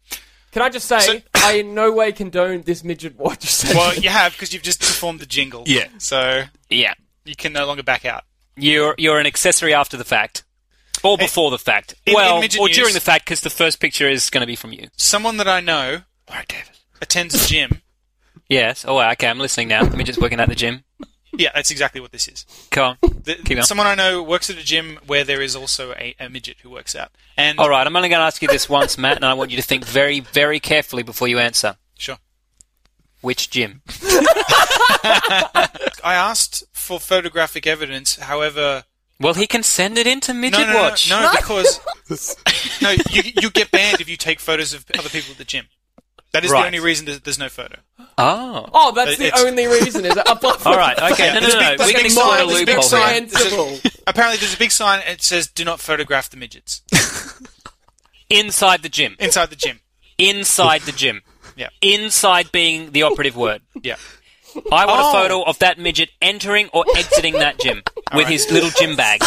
[SPEAKER 10] Can I just say, I in no way condone this midget watch segment.
[SPEAKER 14] well, you have because you've just performed the jingle.
[SPEAKER 7] Yeah.
[SPEAKER 14] So
[SPEAKER 7] yeah,
[SPEAKER 14] you can no longer back out.
[SPEAKER 7] You're you're an accessory after the fact, or before the fact.
[SPEAKER 14] in-
[SPEAKER 7] well,
[SPEAKER 14] in midget
[SPEAKER 7] or
[SPEAKER 14] news-
[SPEAKER 7] during the fact, because the first picture is going to be from you.
[SPEAKER 14] Someone that I know, Warwick Davis, attends a gym.
[SPEAKER 7] Yes. Oh, okay. I'm listening now. Let me just working at the gym.
[SPEAKER 14] yeah, that's exactly what this is.
[SPEAKER 7] Come on. Keep going.
[SPEAKER 14] Someone I know works at a gym where there is also a, a midget who works out. And
[SPEAKER 7] All right. I'm only going to ask you this once, Matt, and I want you to think very, very carefully before you answer.
[SPEAKER 14] Sure.
[SPEAKER 7] Which gym?
[SPEAKER 14] I asked for photographic evidence. However,
[SPEAKER 7] Well, he can send it into Midget
[SPEAKER 14] no, no, no,
[SPEAKER 7] Watch.
[SPEAKER 14] No, because no, you you get banned if you take photos of other people at the gym. That is
[SPEAKER 7] Right.
[SPEAKER 14] the only reason there's, there's no photo.
[SPEAKER 7] Oh.
[SPEAKER 10] Oh, that's
[SPEAKER 14] It-
[SPEAKER 10] the
[SPEAKER 14] it's-
[SPEAKER 10] only reason, is it? Apart from
[SPEAKER 7] All right, okay. No, no,
[SPEAKER 14] There's a
[SPEAKER 7] no,
[SPEAKER 14] big-
[SPEAKER 7] no. We
[SPEAKER 14] there's a
[SPEAKER 7] can
[SPEAKER 14] big
[SPEAKER 7] ignore
[SPEAKER 14] sign-
[SPEAKER 7] the
[SPEAKER 14] there's a big
[SPEAKER 7] loophole here.
[SPEAKER 14] sign- there's a- Apparently, there's a big sign. and It says, "Do not photograph the midgets."
[SPEAKER 7] Inside the gym.
[SPEAKER 14] Inside the gym.
[SPEAKER 7] Inside the gym.
[SPEAKER 14] Yeah.
[SPEAKER 7] Inside being the operative word.
[SPEAKER 14] Yeah.
[SPEAKER 7] I want
[SPEAKER 14] Oh.
[SPEAKER 7] a photo of that midget entering or exiting that gym with his little gym bag.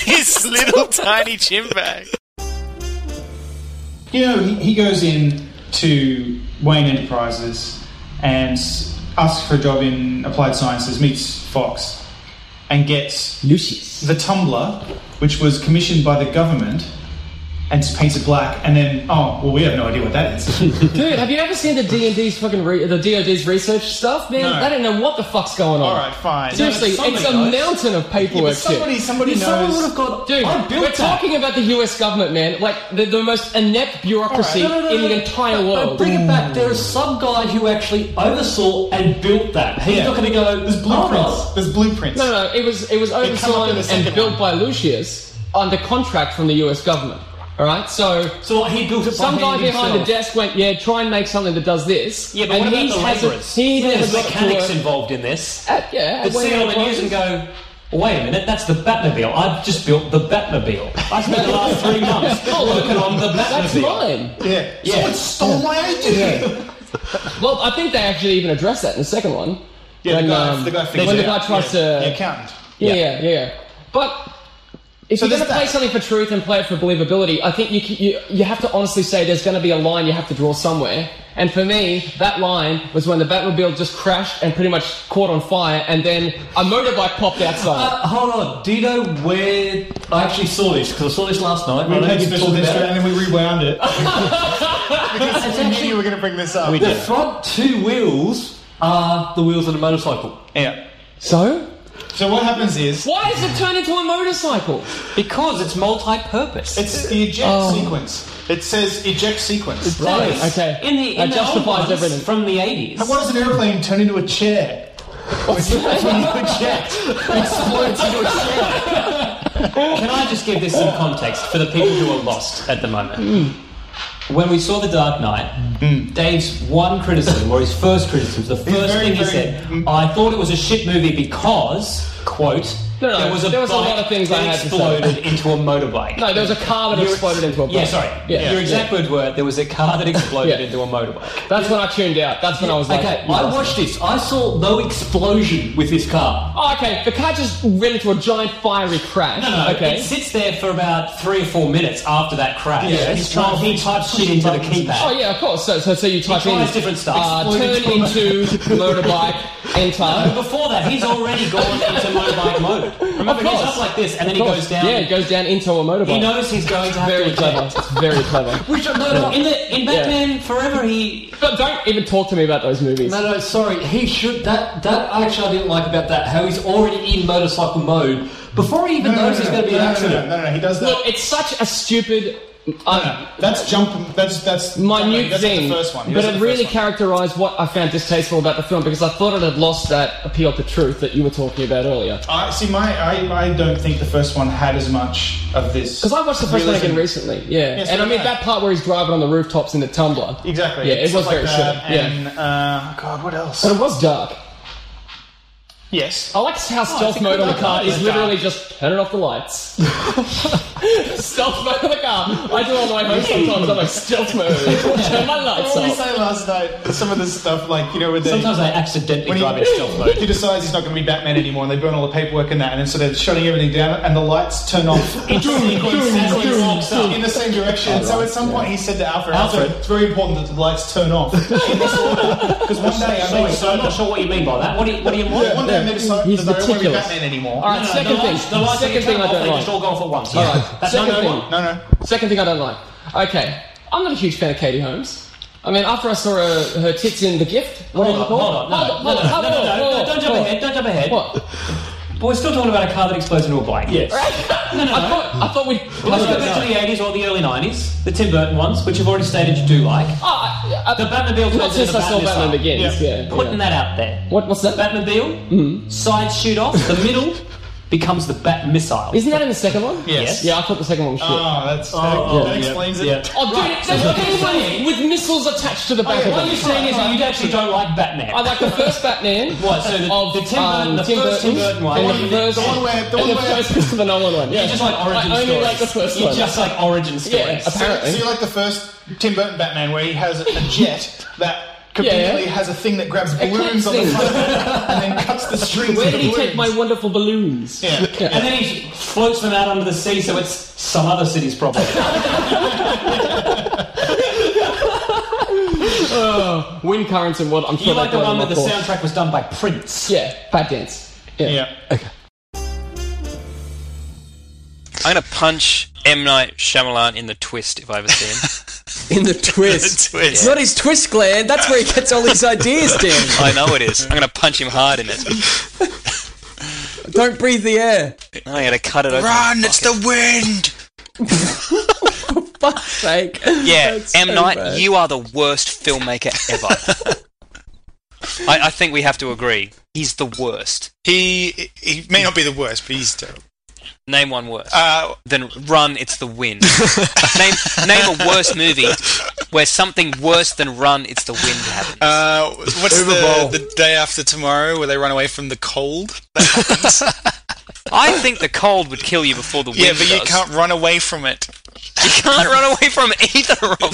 [SPEAKER 14] His little tiny gym bag.
[SPEAKER 4] You know, he, he goes in to Wayne Enterprises and s- asks for a job in applied sciences, meets Fox, and gets
[SPEAKER 3] Lucius.
[SPEAKER 4] the tumbler, which was commissioned by the government, and just paints it black. And then, oh, well, we have no idea what that is.
[SPEAKER 3] Dude, have you ever seen the D and D's fucking re- the DoD's research stuff, man?
[SPEAKER 4] No.
[SPEAKER 3] I don't know what the fuck's going on. All right,
[SPEAKER 4] fine.
[SPEAKER 3] Seriously,
[SPEAKER 4] No, somebody
[SPEAKER 3] it's a
[SPEAKER 4] knows.
[SPEAKER 3] mountain of
[SPEAKER 4] Yeah,
[SPEAKER 3] paperwork.
[SPEAKER 4] but somebody-
[SPEAKER 3] shit.
[SPEAKER 4] somebody
[SPEAKER 3] Dude, Someone
[SPEAKER 4] knows.
[SPEAKER 3] would have got. Dude,
[SPEAKER 4] I built
[SPEAKER 3] we're
[SPEAKER 4] that.
[SPEAKER 3] talking about the U.S. government, man. Like the, the most inept bureaucracy
[SPEAKER 15] All right. No, no, no,
[SPEAKER 3] in
[SPEAKER 15] no.
[SPEAKER 3] the entire
[SPEAKER 15] But- but
[SPEAKER 3] world.
[SPEAKER 15] bring it back. There is some guy who actually oversaw and built that. He's
[SPEAKER 3] Yeah.
[SPEAKER 15] not going to go. "Oh, There's
[SPEAKER 3] blueprints.
[SPEAKER 4] There's blueprints.
[SPEAKER 3] No, no, it was it was
[SPEAKER 15] up
[SPEAKER 3] oversawn
[SPEAKER 15] with a second
[SPEAKER 3] and built by Lucius under contract from the U.S. government. All right, so
[SPEAKER 15] so he built it by
[SPEAKER 3] Some guy
[SPEAKER 15] hand
[SPEAKER 3] behind the
[SPEAKER 15] himself.
[SPEAKER 3] desk went, "Yeah, try and make something that does this."
[SPEAKER 15] Yeah, but
[SPEAKER 3] and
[SPEAKER 15] what about
[SPEAKER 3] he
[SPEAKER 15] the
[SPEAKER 3] hasn't-
[SPEAKER 15] labourers?
[SPEAKER 3] He
[SPEAKER 15] Yeah,
[SPEAKER 3] never
[SPEAKER 15] there's
[SPEAKER 3] got to
[SPEAKER 15] mechanics
[SPEAKER 3] work.
[SPEAKER 15] involved in this.
[SPEAKER 3] Uh, yeah,
[SPEAKER 15] But
[SPEAKER 3] when
[SPEAKER 15] see
[SPEAKER 3] it
[SPEAKER 15] on the news and
[SPEAKER 3] was-
[SPEAKER 15] go. Wait a minute, that's the Batmobile. I've just built the Batmobile. I spent the last three months working on the Batmobile.
[SPEAKER 3] That's mine.
[SPEAKER 4] Yeah.
[SPEAKER 15] Yeah. Someone stole
[SPEAKER 4] my idea.
[SPEAKER 3] Well, I think they actually even address that in the second one.
[SPEAKER 4] Yeah,
[SPEAKER 3] when,
[SPEAKER 4] the guy,
[SPEAKER 3] um,
[SPEAKER 4] the guy figures
[SPEAKER 3] when the
[SPEAKER 4] it
[SPEAKER 3] guy
[SPEAKER 4] out.
[SPEAKER 3] tries
[SPEAKER 4] yeah.
[SPEAKER 3] to.
[SPEAKER 4] The accountant.
[SPEAKER 3] Yeah, yeah, yeah. But if
[SPEAKER 4] So
[SPEAKER 3] you're going
[SPEAKER 4] there's
[SPEAKER 3] to play
[SPEAKER 4] that.
[SPEAKER 3] something for truth and play it for believability, I think you c- you, you have to honestly say there's going to be a line you have to draw somewhere. And for me, that line was when the Batmobile just crashed and pretty much caught on fire, and then a motorbike popped outside.
[SPEAKER 15] Uh, hold on, do you know where I actually saw this? Because I saw this last night.
[SPEAKER 4] We
[SPEAKER 15] and I know
[SPEAKER 4] played
[SPEAKER 15] you've
[SPEAKER 4] special
[SPEAKER 15] talked about
[SPEAKER 4] history
[SPEAKER 15] it.
[SPEAKER 4] and then we rewound it. because
[SPEAKER 15] It's
[SPEAKER 4] we knew
[SPEAKER 15] actually-
[SPEAKER 4] you were going to bring this up.
[SPEAKER 15] the front two wheels are the wheels of a motorcycle.
[SPEAKER 4] Yeah.
[SPEAKER 3] So?
[SPEAKER 4] So what happens is
[SPEAKER 3] Why does it turn into a motorcycle?
[SPEAKER 15] Because it's multi-purpose.
[SPEAKER 4] It's the eject
[SPEAKER 3] Oh.
[SPEAKER 4] sequence. It says eject sequence.
[SPEAKER 3] Right, okay.
[SPEAKER 15] In the, in
[SPEAKER 3] That
[SPEAKER 15] the
[SPEAKER 3] justifies
[SPEAKER 15] old ones
[SPEAKER 3] everything.
[SPEAKER 15] from the eighties.
[SPEAKER 4] Why does an airplane turn into a chair? What's
[SPEAKER 15] That's when you eject.
[SPEAKER 4] Explodes into a chair.
[SPEAKER 15] Can I just give this some context for the people who are lost at the moment? When we saw The Dark Knight, Dave's one criticism, or his first criticism, the first
[SPEAKER 3] very,
[SPEAKER 15] thing he
[SPEAKER 3] very-
[SPEAKER 15] said, I thought it was a shit movie because, quote,
[SPEAKER 3] No, no,
[SPEAKER 15] there was a,
[SPEAKER 3] there was a
[SPEAKER 15] bike
[SPEAKER 3] lot of things
[SPEAKER 15] that
[SPEAKER 3] I had to say.
[SPEAKER 15] exploded into a motorbike.
[SPEAKER 3] No, there was a car that
[SPEAKER 15] Your-
[SPEAKER 3] exploded into a bike.
[SPEAKER 15] Yeah, sorry.
[SPEAKER 3] Yeah,
[SPEAKER 15] Your exact
[SPEAKER 3] yeah.
[SPEAKER 15] words were, there was a car that exploded
[SPEAKER 3] Yeah.
[SPEAKER 15] into a motorbike.
[SPEAKER 3] That's when I tuned out. That's when I was like,
[SPEAKER 15] Okay,
[SPEAKER 3] "You
[SPEAKER 15] I
[SPEAKER 3] lost
[SPEAKER 15] watched this. I saw no explosion with this car.
[SPEAKER 3] Oh, okay. The car just ran into a giant fiery crash.
[SPEAKER 15] No, no,
[SPEAKER 3] okay.
[SPEAKER 15] it sits there for about three or four minutes after that crash.
[SPEAKER 3] Yeah,
[SPEAKER 15] He's
[SPEAKER 3] it's
[SPEAKER 15] trying-
[SPEAKER 3] trying-
[SPEAKER 15] he types shit into the
[SPEAKER 3] Oh
[SPEAKER 15] keypad.
[SPEAKER 3] yeah, of course. So, so, so you type in
[SPEAKER 15] tries different stuff.
[SPEAKER 3] Uh, turn
[SPEAKER 15] Exploded from-
[SPEAKER 3] into motorbike, enter.
[SPEAKER 15] But before that, he's already gone into motorbike mode. Remember,
[SPEAKER 3] Of
[SPEAKER 15] he's
[SPEAKER 3] course.
[SPEAKER 15] up like this, and then
[SPEAKER 3] Of
[SPEAKER 15] he
[SPEAKER 3] course.
[SPEAKER 15] goes down.
[SPEAKER 3] Yeah, it goes down into a motorbike.
[SPEAKER 15] He knows he's going to have
[SPEAKER 3] very
[SPEAKER 15] to
[SPEAKER 3] clever. It's very clever.
[SPEAKER 15] Which no, no, in the in
[SPEAKER 3] Yeah.
[SPEAKER 15] Batman Forever, he
[SPEAKER 3] But don't even talk to me about those movies.
[SPEAKER 15] No, no, sorry. He should. That that actually I didn't like about that. How he's already in motorcycle mode before he even
[SPEAKER 4] No, no,
[SPEAKER 15] knows
[SPEAKER 4] no,
[SPEAKER 15] he's
[SPEAKER 4] no,
[SPEAKER 15] going to be
[SPEAKER 4] no,
[SPEAKER 15] an
[SPEAKER 4] no, no,
[SPEAKER 15] accident.
[SPEAKER 4] no, no, no, he does that.
[SPEAKER 3] Look, it's such a stupid um,
[SPEAKER 4] that's jump. That's that's
[SPEAKER 3] minute
[SPEAKER 4] that's
[SPEAKER 3] thing,
[SPEAKER 4] The first one.
[SPEAKER 3] but
[SPEAKER 4] That's
[SPEAKER 3] it
[SPEAKER 4] the
[SPEAKER 3] really
[SPEAKER 4] first
[SPEAKER 3] characterised what I found distasteful about the film because I thought it had lost that appeal to truth that you were talking about earlier.
[SPEAKER 4] one. I see. My I, I don't think the first one had as much of this.
[SPEAKER 3] Because I watched the first one again
[SPEAKER 4] realism.
[SPEAKER 3] recently, yeah,
[SPEAKER 4] Yes,
[SPEAKER 3] and I mean
[SPEAKER 4] yeah.
[SPEAKER 3] that part where he's driving on the rooftops in the tumbler.
[SPEAKER 4] Exactly.
[SPEAKER 3] Yeah, it
[SPEAKER 4] Stuff
[SPEAKER 3] was
[SPEAKER 4] like
[SPEAKER 3] very
[SPEAKER 4] that,
[SPEAKER 3] silly, yeah.
[SPEAKER 4] And uh, God, what else?
[SPEAKER 3] But it was dark.
[SPEAKER 4] Yes.
[SPEAKER 3] I like how stealth mode on the car is literally just turning off the lights. stealth mode on the car. I do it on the way home sometimes. I'm like stealth mode. Turn my lights
[SPEAKER 4] What did we
[SPEAKER 3] off.
[SPEAKER 4] say last night? Some of the stuff, like, you know, when they,
[SPEAKER 3] Sometimes I accidentally
[SPEAKER 4] when
[SPEAKER 3] drive
[SPEAKER 4] he,
[SPEAKER 3] in stealth mode.
[SPEAKER 4] He decides he's not going to be Batman anymore, and they burn all the paperwork and that, and then so they're shutting everything down, and the lights turn off in sequence as he walks up in the same direction. And so at some point, he said to Alfred, Alfred, it's very important that the lights turn off. Because one day I
[SPEAKER 16] Sorry,
[SPEAKER 4] may
[SPEAKER 16] so I'm not sure what you mean by that. What do you, what do you want?
[SPEAKER 4] Yeah, one day I may decide
[SPEAKER 16] He's
[SPEAKER 4] that I won't be
[SPEAKER 16] meticulous.
[SPEAKER 4] Batman anymore.
[SPEAKER 3] All right, second
[SPEAKER 16] the
[SPEAKER 3] thing.
[SPEAKER 16] lights- the lights
[SPEAKER 3] second
[SPEAKER 16] that you
[SPEAKER 3] thing
[SPEAKER 16] turn
[SPEAKER 3] I don't
[SPEAKER 16] off, they
[SPEAKER 3] like.
[SPEAKER 16] just all go off at once.
[SPEAKER 3] All
[SPEAKER 16] Yeah.
[SPEAKER 3] right.
[SPEAKER 16] That's
[SPEAKER 3] Second
[SPEAKER 16] no, no,
[SPEAKER 3] thing.
[SPEAKER 16] no.
[SPEAKER 4] no.
[SPEAKER 3] Second thing I don't like. Okay, I'm not a huge fan of Katie Holmes. I mean, after I saw her, her tits in The Gift, what
[SPEAKER 16] Hold
[SPEAKER 3] do you
[SPEAKER 16] on,
[SPEAKER 3] call
[SPEAKER 16] hold on, no, no, no, no, no, no, no, don't jump ahead, don't jump ahead.
[SPEAKER 3] What?
[SPEAKER 16] But we're still talking about a car that explodes into a bike. Yes.
[SPEAKER 3] no, no, I thought, I thought we'd...
[SPEAKER 16] Let's go back to the 80s or the early 90s. The Tim Burton ones, which you've already stated you do like.
[SPEAKER 3] Oh, I, I,
[SPEAKER 16] The Batmobile
[SPEAKER 3] Not
[SPEAKER 16] turns
[SPEAKER 3] since
[SPEAKER 16] into
[SPEAKER 3] I saw Batman Begins, yeah. yeah.
[SPEAKER 16] Putting that out there.
[SPEAKER 3] What, Mm-hmm. what's that?
[SPEAKER 16] Batmobile, side shoot off, the middle becomes the Bat Missile.
[SPEAKER 3] Isn't that in the second one?
[SPEAKER 16] Yes.
[SPEAKER 3] Yeah, I thought the second one was shit.
[SPEAKER 16] Oh, that's- that- Oh, that yeah. explains it. Yeah.
[SPEAKER 3] Oh, dude,
[SPEAKER 16] Right, so
[SPEAKER 3] there's
[SPEAKER 16] what you're
[SPEAKER 3] anyone
[SPEAKER 16] saying-
[SPEAKER 3] with missiles attached to the back of
[SPEAKER 16] what
[SPEAKER 3] them.
[SPEAKER 16] you're saying is that you actually don't like Batman.
[SPEAKER 3] I like the first Batman.
[SPEAKER 16] What, so the-
[SPEAKER 3] of
[SPEAKER 16] the Tim Burton-
[SPEAKER 3] um,
[SPEAKER 16] the
[SPEAKER 3] Tim
[SPEAKER 16] first Tim Burton one.
[SPEAKER 3] and
[SPEAKER 16] The
[SPEAKER 3] the
[SPEAKER 16] one-
[SPEAKER 3] first
[SPEAKER 16] the one where- the
[SPEAKER 3] and
[SPEAKER 16] one
[SPEAKER 3] the
[SPEAKER 16] where-
[SPEAKER 3] first Christopher Nolan one.
[SPEAKER 16] You
[SPEAKER 3] Yeah,
[SPEAKER 16] just like origin
[SPEAKER 3] I only
[SPEAKER 16] stories.
[SPEAKER 3] like the first
[SPEAKER 16] you
[SPEAKER 3] one.
[SPEAKER 16] just like origin stories.
[SPEAKER 3] Yeah, apparently.
[SPEAKER 4] So you like the first Tim Burton Batman where he has a jet that conveniently
[SPEAKER 3] Yeah.
[SPEAKER 4] has a thing that grabs
[SPEAKER 3] It
[SPEAKER 4] balloons on the
[SPEAKER 3] clips
[SPEAKER 4] front
[SPEAKER 3] things.
[SPEAKER 4] and then cuts the strings.
[SPEAKER 3] Where
[SPEAKER 4] of
[SPEAKER 3] did
[SPEAKER 4] the
[SPEAKER 3] he take my wonderful balloons?
[SPEAKER 4] Yeah.
[SPEAKER 16] And then he floats them out onto the sea, so it's some other city's problem.
[SPEAKER 3] Oh, wind currents and what? I'm
[SPEAKER 16] you
[SPEAKER 3] sure
[SPEAKER 16] like
[SPEAKER 3] they
[SPEAKER 16] the
[SPEAKER 3] got
[SPEAKER 16] one
[SPEAKER 3] it
[SPEAKER 16] that
[SPEAKER 3] on
[SPEAKER 16] the
[SPEAKER 3] my course.
[SPEAKER 16] soundtrack was done by Prince.
[SPEAKER 3] Yeah, Bat Dance. Yeah.
[SPEAKER 7] I'm gonna punch M Night Shyamalan in the twist if I ever see him.
[SPEAKER 17] In the twist.
[SPEAKER 7] twist.
[SPEAKER 17] It's not his twist gland. That's where he gets all his ideas, Dan.
[SPEAKER 7] I know it is. I'm gonna punch him hard in it.
[SPEAKER 17] Don't breathe the air.
[SPEAKER 7] I gotta cut it open.
[SPEAKER 18] Run! It's the wind.
[SPEAKER 17] Fuck's sake.
[SPEAKER 7] Yeah,
[SPEAKER 17] That's
[SPEAKER 7] M
[SPEAKER 17] so
[SPEAKER 7] Night,
[SPEAKER 17] bad.
[SPEAKER 7] you are the worst filmmaker ever. I, I think we have to agree. He's the worst.
[SPEAKER 14] He he may not be the worst, but he's terrible.
[SPEAKER 7] Name one worse.
[SPEAKER 14] Uh,
[SPEAKER 7] Then Run, it's the wind. name name a worse movie where something worse than Run, it's the wind happens.
[SPEAKER 14] Uh, what's
[SPEAKER 7] Uber
[SPEAKER 14] the,
[SPEAKER 7] Bowl.
[SPEAKER 14] the day after tomorrow where they run away from the cold?
[SPEAKER 7] I think the cold would kill you before the wind.
[SPEAKER 14] yeah, but you
[SPEAKER 7] does.
[SPEAKER 14] can't run away from it.
[SPEAKER 7] You can't run away from either of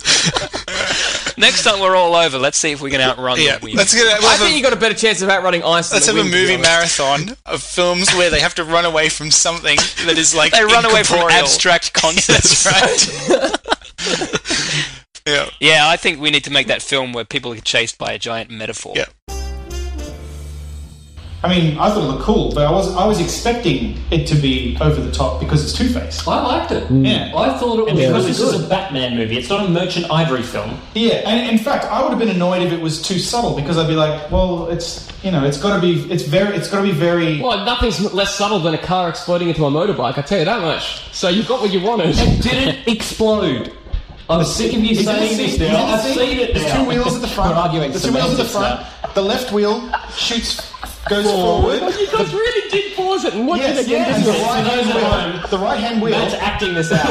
[SPEAKER 7] them. Next time we're all over, let's see if we can outrun
[SPEAKER 14] Yeah,
[SPEAKER 7] the wind.
[SPEAKER 14] let's get a- we'll
[SPEAKER 17] I
[SPEAKER 14] have a-
[SPEAKER 17] think you got a better chance of outrunning ice.
[SPEAKER 14] Let's
[SPEAKER 17] than
[SPEAKER 14] have
[SPEAKER 17] the wind,
[SPEAKER 14] a
[SPEAKER 17] to be
[SPEAKER 14] movie
[SPEAKER 17] honest.
[SPEAKER 14] marathon of films where they have to run away from something that is like
[SPEAKER 7] They run away from
[SPEAKER 14] incorporeal.
[SPEAKER 7] abstract concepts.
[SPEAKER 14] That's right. yeah.
[SPEAKER 7] Yeah, I think we need to make that film where people are chased by a giant metaphor. Yeah.
[SPEAKER 4] I mean, I thought it looked cool, but I was I was expecting it to be over the top because it's Two Face.
[SPEAKER 16] I liked it.
[SPEAKER 4] Yeah.
[SPEAKER 16] I thought it was
[SPEAKER 4] And
[SPEAKER 16] because
[SPEAKER 4] really
[SPEAKER 16] this
[SPEAKER 4] good.
[SPEAKER 16] is a Batman movie. It's not a Merchant Ivory film.
[SPEAKER 4] Yeah, and in fact, I would have been annoyed if it was too subtle because I'd be like, well, it's you know, it's got to be, it's very, it's got to be very.
[SPEAKER 3] Well, nothing's m- less subtle than a car exploding into a motorbike. I tell you that much. So you got what you wanted. It
[SPEAKER 16] didn't explode. I'm sick of you
[SPEAKER 4] Is it
[SPEAKER 16] saying
[SPEAKER 4] the
[SPEAKER 16] this
[SPEAKER 4] same-
[SPEAKER 16] now. I've
[SPEAKER 4] is it the same?
[SPEAKER 16] seen it.
[SPEAKER 4] There's
[SPEAKER 16] now.
[SPEAKER 4] two wheels at the front.
[SPEAKER 16] We're arguing
[SPEAKER 4] There's two wheels at the
[SPEAKER 16] semantics
[SPEAKER 4] front. The left wheel shoots, goes forward.
[SPEAKER 3] You guys really did pause it and watch
[SPEAKER 4] Yes,
[SPEAKER 3] it again.
[SPEAKER 4] yes,
[SPEAKER 3] didn't you?
[SPEAKER 4] the right hand
[SPEAKER 16] Those at
[SPEAKER 4] wheel. The right hand wheel.
[SPEAKER 16] Matt's acting this out.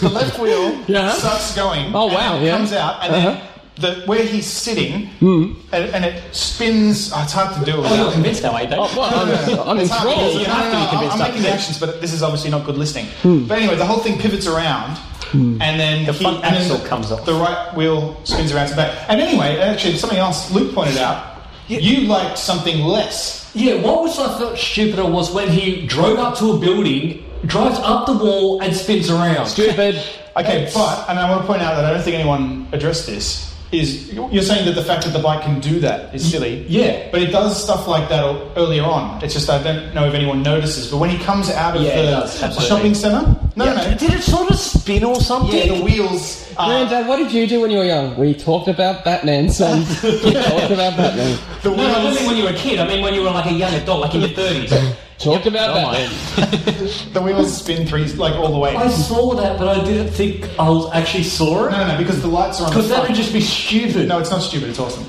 [SPEAKER 4] the left wheel
[SPEAKER 3] Yeah.
[SPEAKER 4] starts going.
[SPEAKER 3] Oh, wow,
[SPEAKER 4] And it
[SPEAKER 3] yeah.
[SPEAKER 4] comes out and
[SPEAKER 3] Uh-huh. Hmm.
[SPEAKER 4] then the where he's sitting and, and it spins. Oh, it's hard to do.
[SPEAKER 16] Oh, you're convinced now, are you?
[SPEAKER 3] Oh, well, I'm- I'm
[SPEAKER 4] It's
[SPEAKER 3] in
[SPEAKER 4] hard
[SPEAKER 3] trouble.
[SPEAKER 4] because-
[SPEAKER 3] You
[SPEAKER 4] no,
[SPEAKER 3] have
[SPEAKER 4] no,
[SPEAKER 3] to be
[SPEAKER 4] no,
[SPEAKER 3] convinced
[SPEAKER 4] uh,
[SPEAKER 3] Hmm.
[SPEAKER 4] I'm
[SPEAKER 3] up
[SPEAKER 4] making the
[SPEAKER 3] there.
[SPEAKER 4] actions, but this is obviously not good listening. But anyway, the whole thing pivots around,
[SPEAKER 3] Hmm.
[SPEAKER 4] and then the
[SPEAKER 16] front
[SPEAKER 4] and then
[SPEAKER 16] axle
[SPEAKER 4] the-
[SPEAKER 16] comes off.
[SPEAKER 4] The right wheel spins around to back. And anyway, actually, something else Luke pointed out. You liked something less.
[SPEAKER 16] Yeah, what was I felt stupider was when he drove up to a building, drives up the wall, and spins around.
[SPEAKER 3] Stupid.
[SPEAKER 4] Okay, but and I want to point out that I don't think anyone addressed this. Is you're saying that the fact that the bike can do that is silly?
[SPEAKER 16] yeah.
[SPEAKER 4] but it does stuff like that al- earlier on. It's just I don't know if anyone notices. But when he comes out of
[SPEAKER 16] Yeah, it does,
[SPEAKER 4] the
[SPEAKER 16] absolutely.
[SPEAKER 4] shopping center, no, no, no,
[SPEAKER 16] Did it sort of spin or something?
[SPEAKER 4] yeah, the wheels. uh, Are,
[SPEAKER 3] Granddad, uh, what did you do when you were young? We talked about Batman, son. we talked about Batman.
[SPEAKER 4] The
[SPEAKER 16] No, no, I don't
[SPEAKER 4] wheels.
[SPEAKER 16] mean when you were a kid. I mean when you were like a young adult, like in your thirties.
[SPEAKER 19] Talk about
[SPEAKER 4] Come on.
[SPEAKER 19] Batman.
[SPEAKER 4] the wheels spin three, like all the way.
[SPEAKER 19] I
[SPEAKER 4] saw that, but I didn't think I was actually saw it. No, no, no, because the lights are on.
[SPEAKER 19] 'Cause that would
[SPEAKER 4] just be stupid. No, it's not stupid. It's awesome.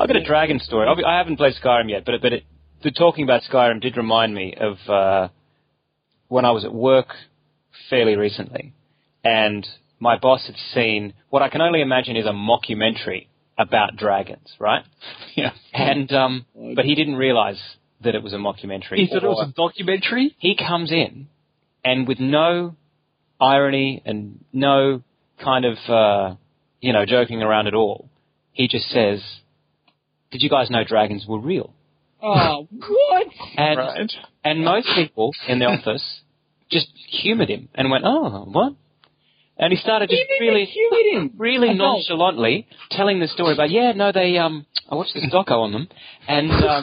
[SPEAKER 7] I've got a dragon story. I'll be, I haven't played Skyrim yet, but it, but it, the talking about Skyrim did remind me of uh, when I was at work fairly recently, and my boss had seen what I can only imagine is a mockumentary about dragons, right?
[SPEAKER 20] Yeah.
[SPEAKER 7] And um, but he didn't realise that it was a mockumentary.
[SPEAKER 21] He thought it was a
[SPEAKER 7] documentary. He comes in, and with no irony and no kind of uh, you know joking around at all, he just says, "Did you guys know dragons were real?"
[SPEAKER 22] Oh, what?
[SPEAKER 7] And and most people in the office just humoured him and went, "Oh, what?" And he started just really, really nonchalantly telling the story about, "Yeah, no, they um, I watched this doco on them, and uh,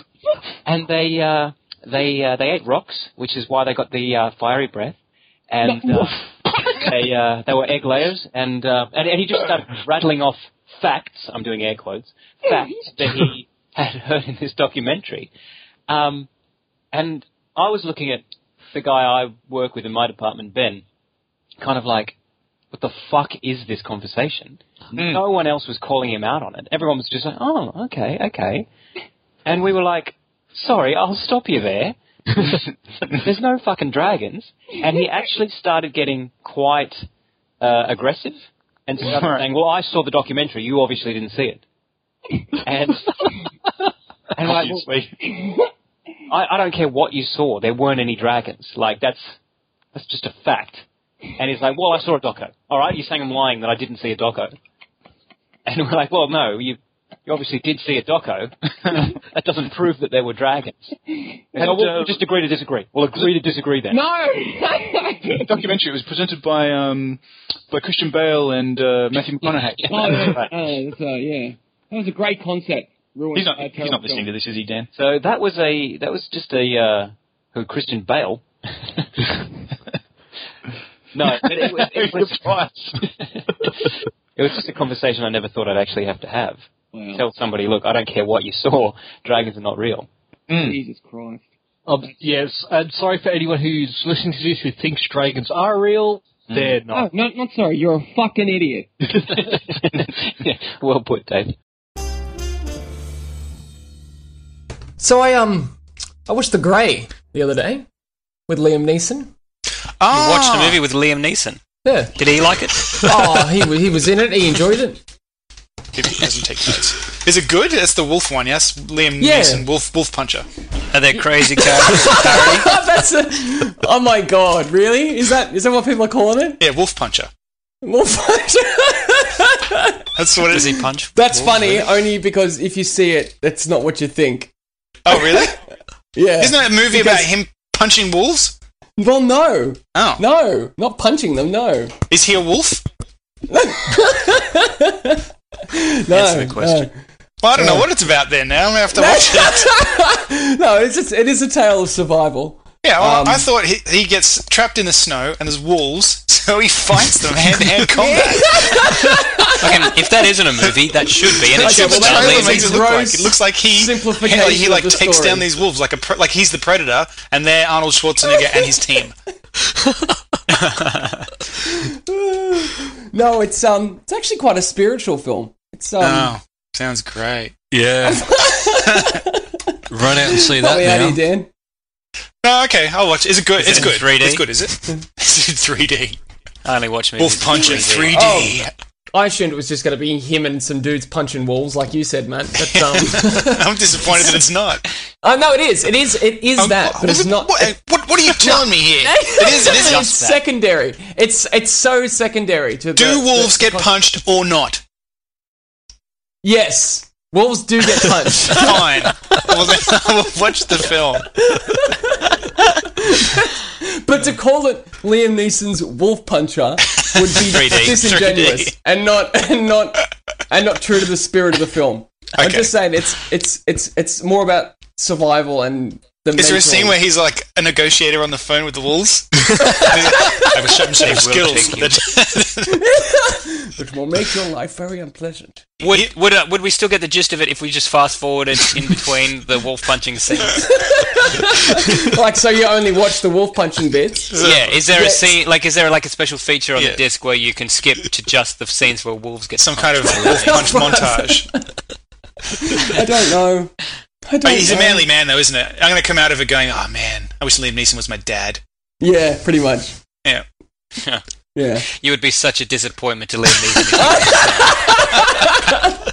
[SPEAKER 7] and they uh, they uh, they ate rocks, which is why they got the uh, fiery breath, and uh, they uh, they were egg layers, and, uh, and and he just started rattling off facts. I'm doing air quotes facts that he had heard in this documentary, um, and I was looking at the guy I work with in my department, Ben, kind of like, what the fuck is this conversation? No one else was calling him out on it. Everyone was just like, oh, okay, okay. And we were like, sorry, I'll stop you there. There's no fucking dragons. And he actually started getting quite uh, aggressive and started
[SPEAKER 20] Right.
[SPEAKER 7] saying, well, I saw the documentary. You obviously didn't see it. And, and like, well, I, I don't care what you saw. There weren't any dragons. Like that's that's just a fact. And he's like, well, I saw a doco. All right, you're saying I'm lying that I didn't see a doco. And we're like, well, no, you you obviously did see a doco. that doesn't prove that there were dragons. And,
[SPEAKER 20] And,
[SPEAKER 7] oh, we'll
[SPEAKER 20] uh,
[SPEAKER 7] we'll just agree to disagree. We'll agree to disagree then.
[SPEAKER 20] The documentary was presented by um, by Christian Bale and uh, Matthew McConaughey.
[SPEAKER 22] Oh, yeah. Oh, that's, uh, yeah. That was a great concept. Ruined
[SPEAKER 20] He's not,
[SPEAKER 22] by a
[SPEAKER 20] he's not
[SPEAKER 22] terrible
[SPEAKER 20] listening to this, is he, Dan?
[SPEAKER 7] So that was a that was just a uh, who Christian Bale. no, but it, was- it was it was just a conversation I never thought I'd actually have to have.
[SPEAKER 22] Wow.
[SPEAKER 7] Tell somebody, look, I don't care what you saw, dragons are not real.
[SPEAKER 22] film. Jesus Christ.
[SPEAKER 21] Um, yes, and sorry for anyone who's listening to this who thinks dragons are real. They're not.
[SPEAKER 22] Oh, not, not sorry. You're a fucking idiot.
[SPEAKER 7] well put, Dave.
[SPEAKER 3] So I um I watched The Grey the other day with Liam Neeson.
[SPEAKER 23] You watched
[SPEAKER 3] Ah.
[SPEAKER 23] a movie with Liam Neeson.
[SPEAKER 3] Yeah.
[SPEAKER 23] Did he like it?
[SPEAKER 3] oh, he wa- he was in it. He enjoyed it.
[SPEAKER 14] He doesn't take notes. Is it good? That's the wolf one, yes? Liam
[SPEAKER 3] Yeah.
[SPEAKER 14] Neeson, wolf, wolf puncher.
[SPEAKER 23] Are they crazy characters?
[SPEAKER 3] That's a, oh my god! Really? Is that is that what people are calling it?
[SPEAKER 14] Yeah, wolf puncher.
[SPEAKER 3] More fun.
[SPEAKER 14] That's what it is. he punch?
[SPEAKER 3] That's
[SPEAKER 14] wolves,
[SPEAKER 3] funny
[SPEAKER 14] really?
[SPEAKER 3] only because if you see it, that's not what you think.
[SPEAKER 14] Oh, really?
[SPEAKER 3] Yeah.
[SPEAKER 14] Isn't that a movie about
[SPEAKER 3] Because-
[SPEAKER 14] him punching wolves?
[SPEAKER 3] Well, no.
[SPEAKER 14] Oh.
[SPEAKER 3] No, not punching them. No.
[SPEAKER 14] Is he a wolf?
[SPEAKER 3] No.
[SPEAKER 14] Answer the question. Well, I don't know what it's about then. Now I'm gonna have to watch it.
[SPEAKER 3] No. no, it's just it is a tale of survival.
[SPEAKER 14] Yeah, well,
[SPEAKER 3] Um,
[SPEAKER 14] I thought he, he gets trapped in the snow and there's wolves, so he fights them hand to hand combat.
[SPEAKER 23] Fucking- if that isn't a movie, that should be, and it
[SPEAKER 14] That's
[SPEAKER 23] should
[SPEAKER 14] what the
[SPEAKER 23] star
[SPEAKER 14] trailer
[SPEAKER 23] Liam.
[SPEAKER 14] makes it look like. It looks like he
[SPEAKER 3] simplification
[SPEAKER 14] he, like
[SPEAKER 3] of the
[SPEAKER 14] takes
[SPEAKER 3] story.
[SPEAKER 14] down these wolves like a pre- like he's the predator, and they're Arnold Schwarzenegger and his team.
[SPEAKER 3] No, it's um, it's actually quite a spiritual film. It's um,
[SPEAKER 14] oh, sounds great.
[SPEAKER 24] Yeah. Run out and see that
[SPEAKER 3] not me,
[SPEAKER 24] now.
[SPEAKER 3] Andy, Dan.
[SPEAKER 14] Oh, okay, I'll watch. Is it good?
[SPEAKER 23] Is it
[SPEAKER 14] it's
[SPEAKER 23] in
[SPEAKER 14] good.
[SPEAKER 23] 3D?
[SPEAKER 14] It's good. Is it? It's in 3D.
[SPEAKER 23] I only watch movies.
[SPEAKER 14] Wolf Punch in 3D.
[SPEAKER 3] I assumed it was just going to be him and some dudes punching walls, like you said, man. But um,
[SPEAKER 14] I'm disappointed that it's not.
[SPEAKER 3] oh, no, it is. It is. It is that, but it's not.
[SPEAKER 14] Um, What, what, what are you telling me here? It is. It is
[SPEAKER 3] it's secondary. It's it's so secondary to the,
[SPEAKER 14] Do
[SPEAKER 3] the-
[SPEAKER 14] wolves
[SPEAKER 3] the
[SPEAKER 14] get
[SPEAKER 3] con-
[SPEAKER 14] punched or not?
[SPEAKER 3] Yes, wolves do get punched.
[SPEAKER 14] Fine. Well, then I will watch the film.
[SPEAKER 3] But to call it Liam Neeson's Wolf Puncher would be
[SPEAKER 23] 3D,
[SPEAKER 3] disingenuous
[SPEAKER 23] 3D.
[SPEAKER 3] and not and not and not true to the spirit of the film. I'm
[SPEAKER 23] Okay.
[SPEAKER 3] just saying it's it's it's it's more about survival and The
[SPEAKER 14] Is there a
[SPEAKER 3] mentor.
[SPEAKER 14] scene where he's like a negotiator on the phone with the wolves? I have a sharpshooter
[SPEAKER 3] I will
[SPEAKER 14] skills.
[SPEAKER 3] take
[SPEAKER 25] Which will make your life very unpleasant.
[SPEAKER 7] Would would, uh, would we still get the gist of it if we just fast forwarded in between the wolf punching scenes?
[SPEAKER 3] like, so you only watch the wolf punching bits?
[SPEAKER 7] yeah, is there
[SPEAKER 3] Yeah.
[SPEAKER 7] a scene like is there like a special feature on
[SPEAKER 3] Yeah.
[SPEAKER 7] the disc where you can skip to just the scenes where wolves get
[SPEAKER 14] Some kind of wolf punch montage.
[SPEAKER 3] I don't know. I don't
[SPEAKER 14] he's a
[SPEAKER 3] know.
[SPEAKER 14] manly man, though, isn't it? I'm going to come out of it going, oh man, I wish Liam Neeson was my dad.
[SPEAKER 3] Yeah, pretty much.
[SPEAKER 14] Yeah.
[SPEAKER 3] Yeah.
[SPEAKER 7] You would be such a disappointment to Liam Neeson.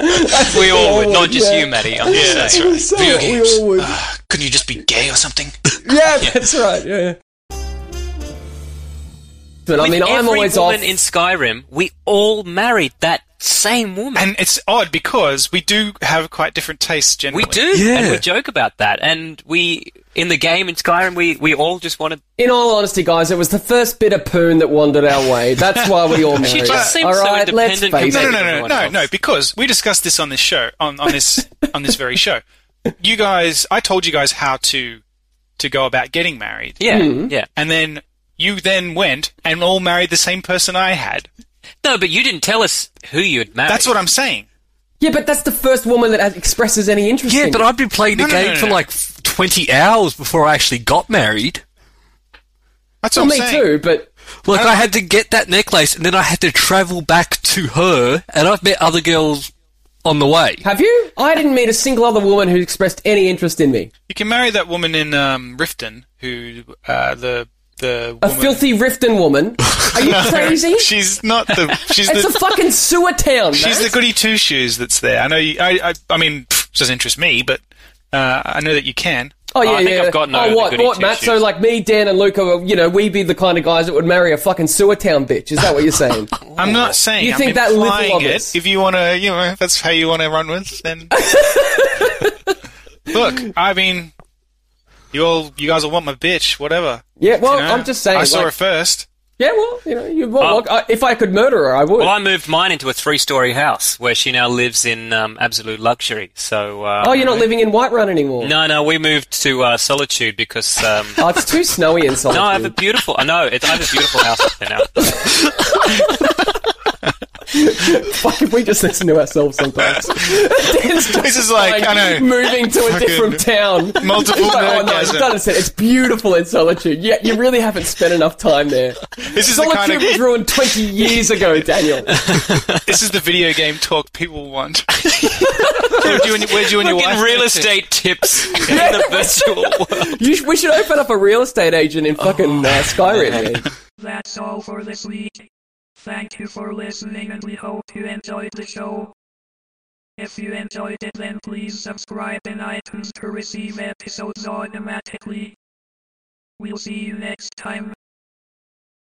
[SPEAKER 7] if you- we all would, not just you, Matty. I'm
[SPEAKER 14] yeah,
[SPEAKER 7] just
[SPEAKER 14] that's
[SPEAKER 7] saying.
[SPEAKER 3] we
[SPEAKER 14] right. Video games.
[SPEAKER 3] all would.
[SPEAKER 14] Ah, couldn't you just be gay or something?
[SPEAKER 3] Yeah, that's right. Yeah, yeah. But I
[SPEAKER 7] With
[SPEAKER 3] mean, I'm
[SPEAKER 7] every
[SPEAKER 3] always
[SPEAKER 7] woman
[SPEAKER 3] off.
[SPEAKER 7] in Skyrim. We all married that same woman,
[SPEAKER 14] and it's odd because we do have quite different tastes generally.
[SPEAKER 7] We do, and we joke about that. And we in the game in Skyrim, we we all just wanted.
[SPEAKER 3] In all honesty, guys, it was the first bit of poon that wandered our way. That's why we all married.
[SPEAKER 7] She just seems
[SPEAKER 3] all
[SPEAKER 7] so
[SPEAKER 3] right, let's face
[SPEAKER 7] independent compared
[SPEAKER 3] it.
[SPEAKER 7] to
[SPEAKER 14] no, no, no,
[SPEAKER 7] everyone
[SPEAKER 14] no,
[SPEAKER 7] else.
[SPEAKER 14] no, because we discussed this on this show, on, on this on this very show. You guys, I told you guys how to to go about getting married.
[SPEAKER 7] Yeah,
[SPEAKER 12] Hmm.
[SPEAKER 7] Mhm. yeah.
[SPEAKER 14] And then you then went and all married the same person I had.
[SPEAKER 7] No, but you didn't tell us who you'd married.
[SPEAKER 14] That's what I'm saying.
[SPEAKER 3] Yeah, but that's the first woman that has- expresses any interest.
[SPEAKER 12] Yeah,
[SPEAKER 3] in
[SPEAKER 12] but
[SPEAKER 3] it.
[SPEAKER 12] I've been playing the game for like 20 hours before I actually got married.
[SPEAKER 14] That's
[SPEAKER 3] Well, me too. But
[SPEAKER 12] Look, I, had to get that necklace and then I had to travel back to her, and I've met other girls on the way.
[SPEAKER 3] have you? I didn't meet a single other woman who expressed any interest in me.
[SPEAKER 14] You can marry that woman in um, Riften, who uh, the the
[SPEAKER 3] A
[SPEAKER 14] woman.
[SPEAKER 3] filthy Riften woman. Are you
[SPEAKER 14] No,
[SPEAKER 3] crazy?
[SPEAKER 14] she's not the. She's
[SPEAKER 3] it's
[SPEAKER 14] the,
[SPEAKER 3] a fucking sewer town.
[SPEAKER 14] She's
[SPEAKER 3] mate.
[SPEAKER 14] the goody two shoes that's there. I know. You, I, I. I mean, pff, doesn't interest me, but uh, I know that you can.
[SPEAKER 3] Oh yeah,
[SPEAKER 14] I think
[SPEAKER 3] yeah.
[SPEAKER 14] I've gotten over
[SPEAKER 3] oh
[SPEAKER 14] the
[SPEAKER 3] what,
[SPEAKER 14] goody
[SPEAKER 3] what, Matt? So
[SPEAKER 14] two-shoes.
[SPEAKER 3] like me, Dan, and Luca, are, you know, we'd be the kind of guys that would marry a fucking sewer town bitch. Is that what you're saying?
[SPEAKER 14] I'm not saying.
[SPEAKER 3] You
[SPEAKER 14] I'm
[SPEAKER 3] think that little
[SPEAKER 14] implying
[SPEAKER 3] of
[SPEAKER 14] it?
[SPEAKER 3] us-
[SPEAKER 14] If you want to, you know, if that's how you want to run with, then. Look, I mean, you all, you guys will want my bitch, whatever.
[SPEAKER 3] Yeah, well,
[SPEAKER 14] You know?
[SPEAKER 3] I'm just saying,
[SPEAKER 14] I saw
[SPEAKER 3] like-
[SPEAKER 14] her first.
[SPEAKER 3] yeah, well, you know, you, well, look, I, if I could murder her, I would.
[SPEAKER 7] Well, I moved mine into a three-story house where she now lives in um, absolute luxury. So, uh,
[SPEAKER 3] oh, you're not living in Whiterun anymore.
[SPEAKER 7] No, no, we moved to uh, Solitude because um,
[SPEAKER 3] Oh, it's too snowy inside.
[SPEAKER 7] no, I have a beautiful. I know it's I have a beautiful house up there now.
[SPEAKER 3] Fuck if we just listen to ourselves sometimes.
[SPEAKER 14] This is like, I know.
[SPEAKER 3] moving to a
[SPEAKER 14] Fucking
[SPEAKER 3] different town.
[SPEAKER 14] multiple
[SPEAKER 3] It's like, oh no,
[SPEAKER 14] nerdgasm.
[SPEAKER 3] you gotta say, it's beautiful in solitude. Yeah, you really haven't spent enough time there.
[SPEAKER 14] This is the
[SPEAKER 3] solitude
[SPEAKER 14] kind of-
[SPEAKER 3] was ruined twenty years ago, Daniel.
[SPEAKER 14] This is the video game talk people want. where'd you and, where'd you and your
[SPEAKER 7] Fucking
[SPEAKER 14] wife
[SPEAKER 7] real
[SPEAKER 14] move to?
[SPEAKER 7] estate tips in the virtual world.
[SPEAKER 3] You sh- we should open up a real estate agent in fucking uh, Skyrim. man.
[SPEAKER 26] That's all for this week. Thank you for listening and we hope you enjoyed the show. If you enjoyed it then please subscribe in iTunes to receive episodes automatically. We'll see you next time.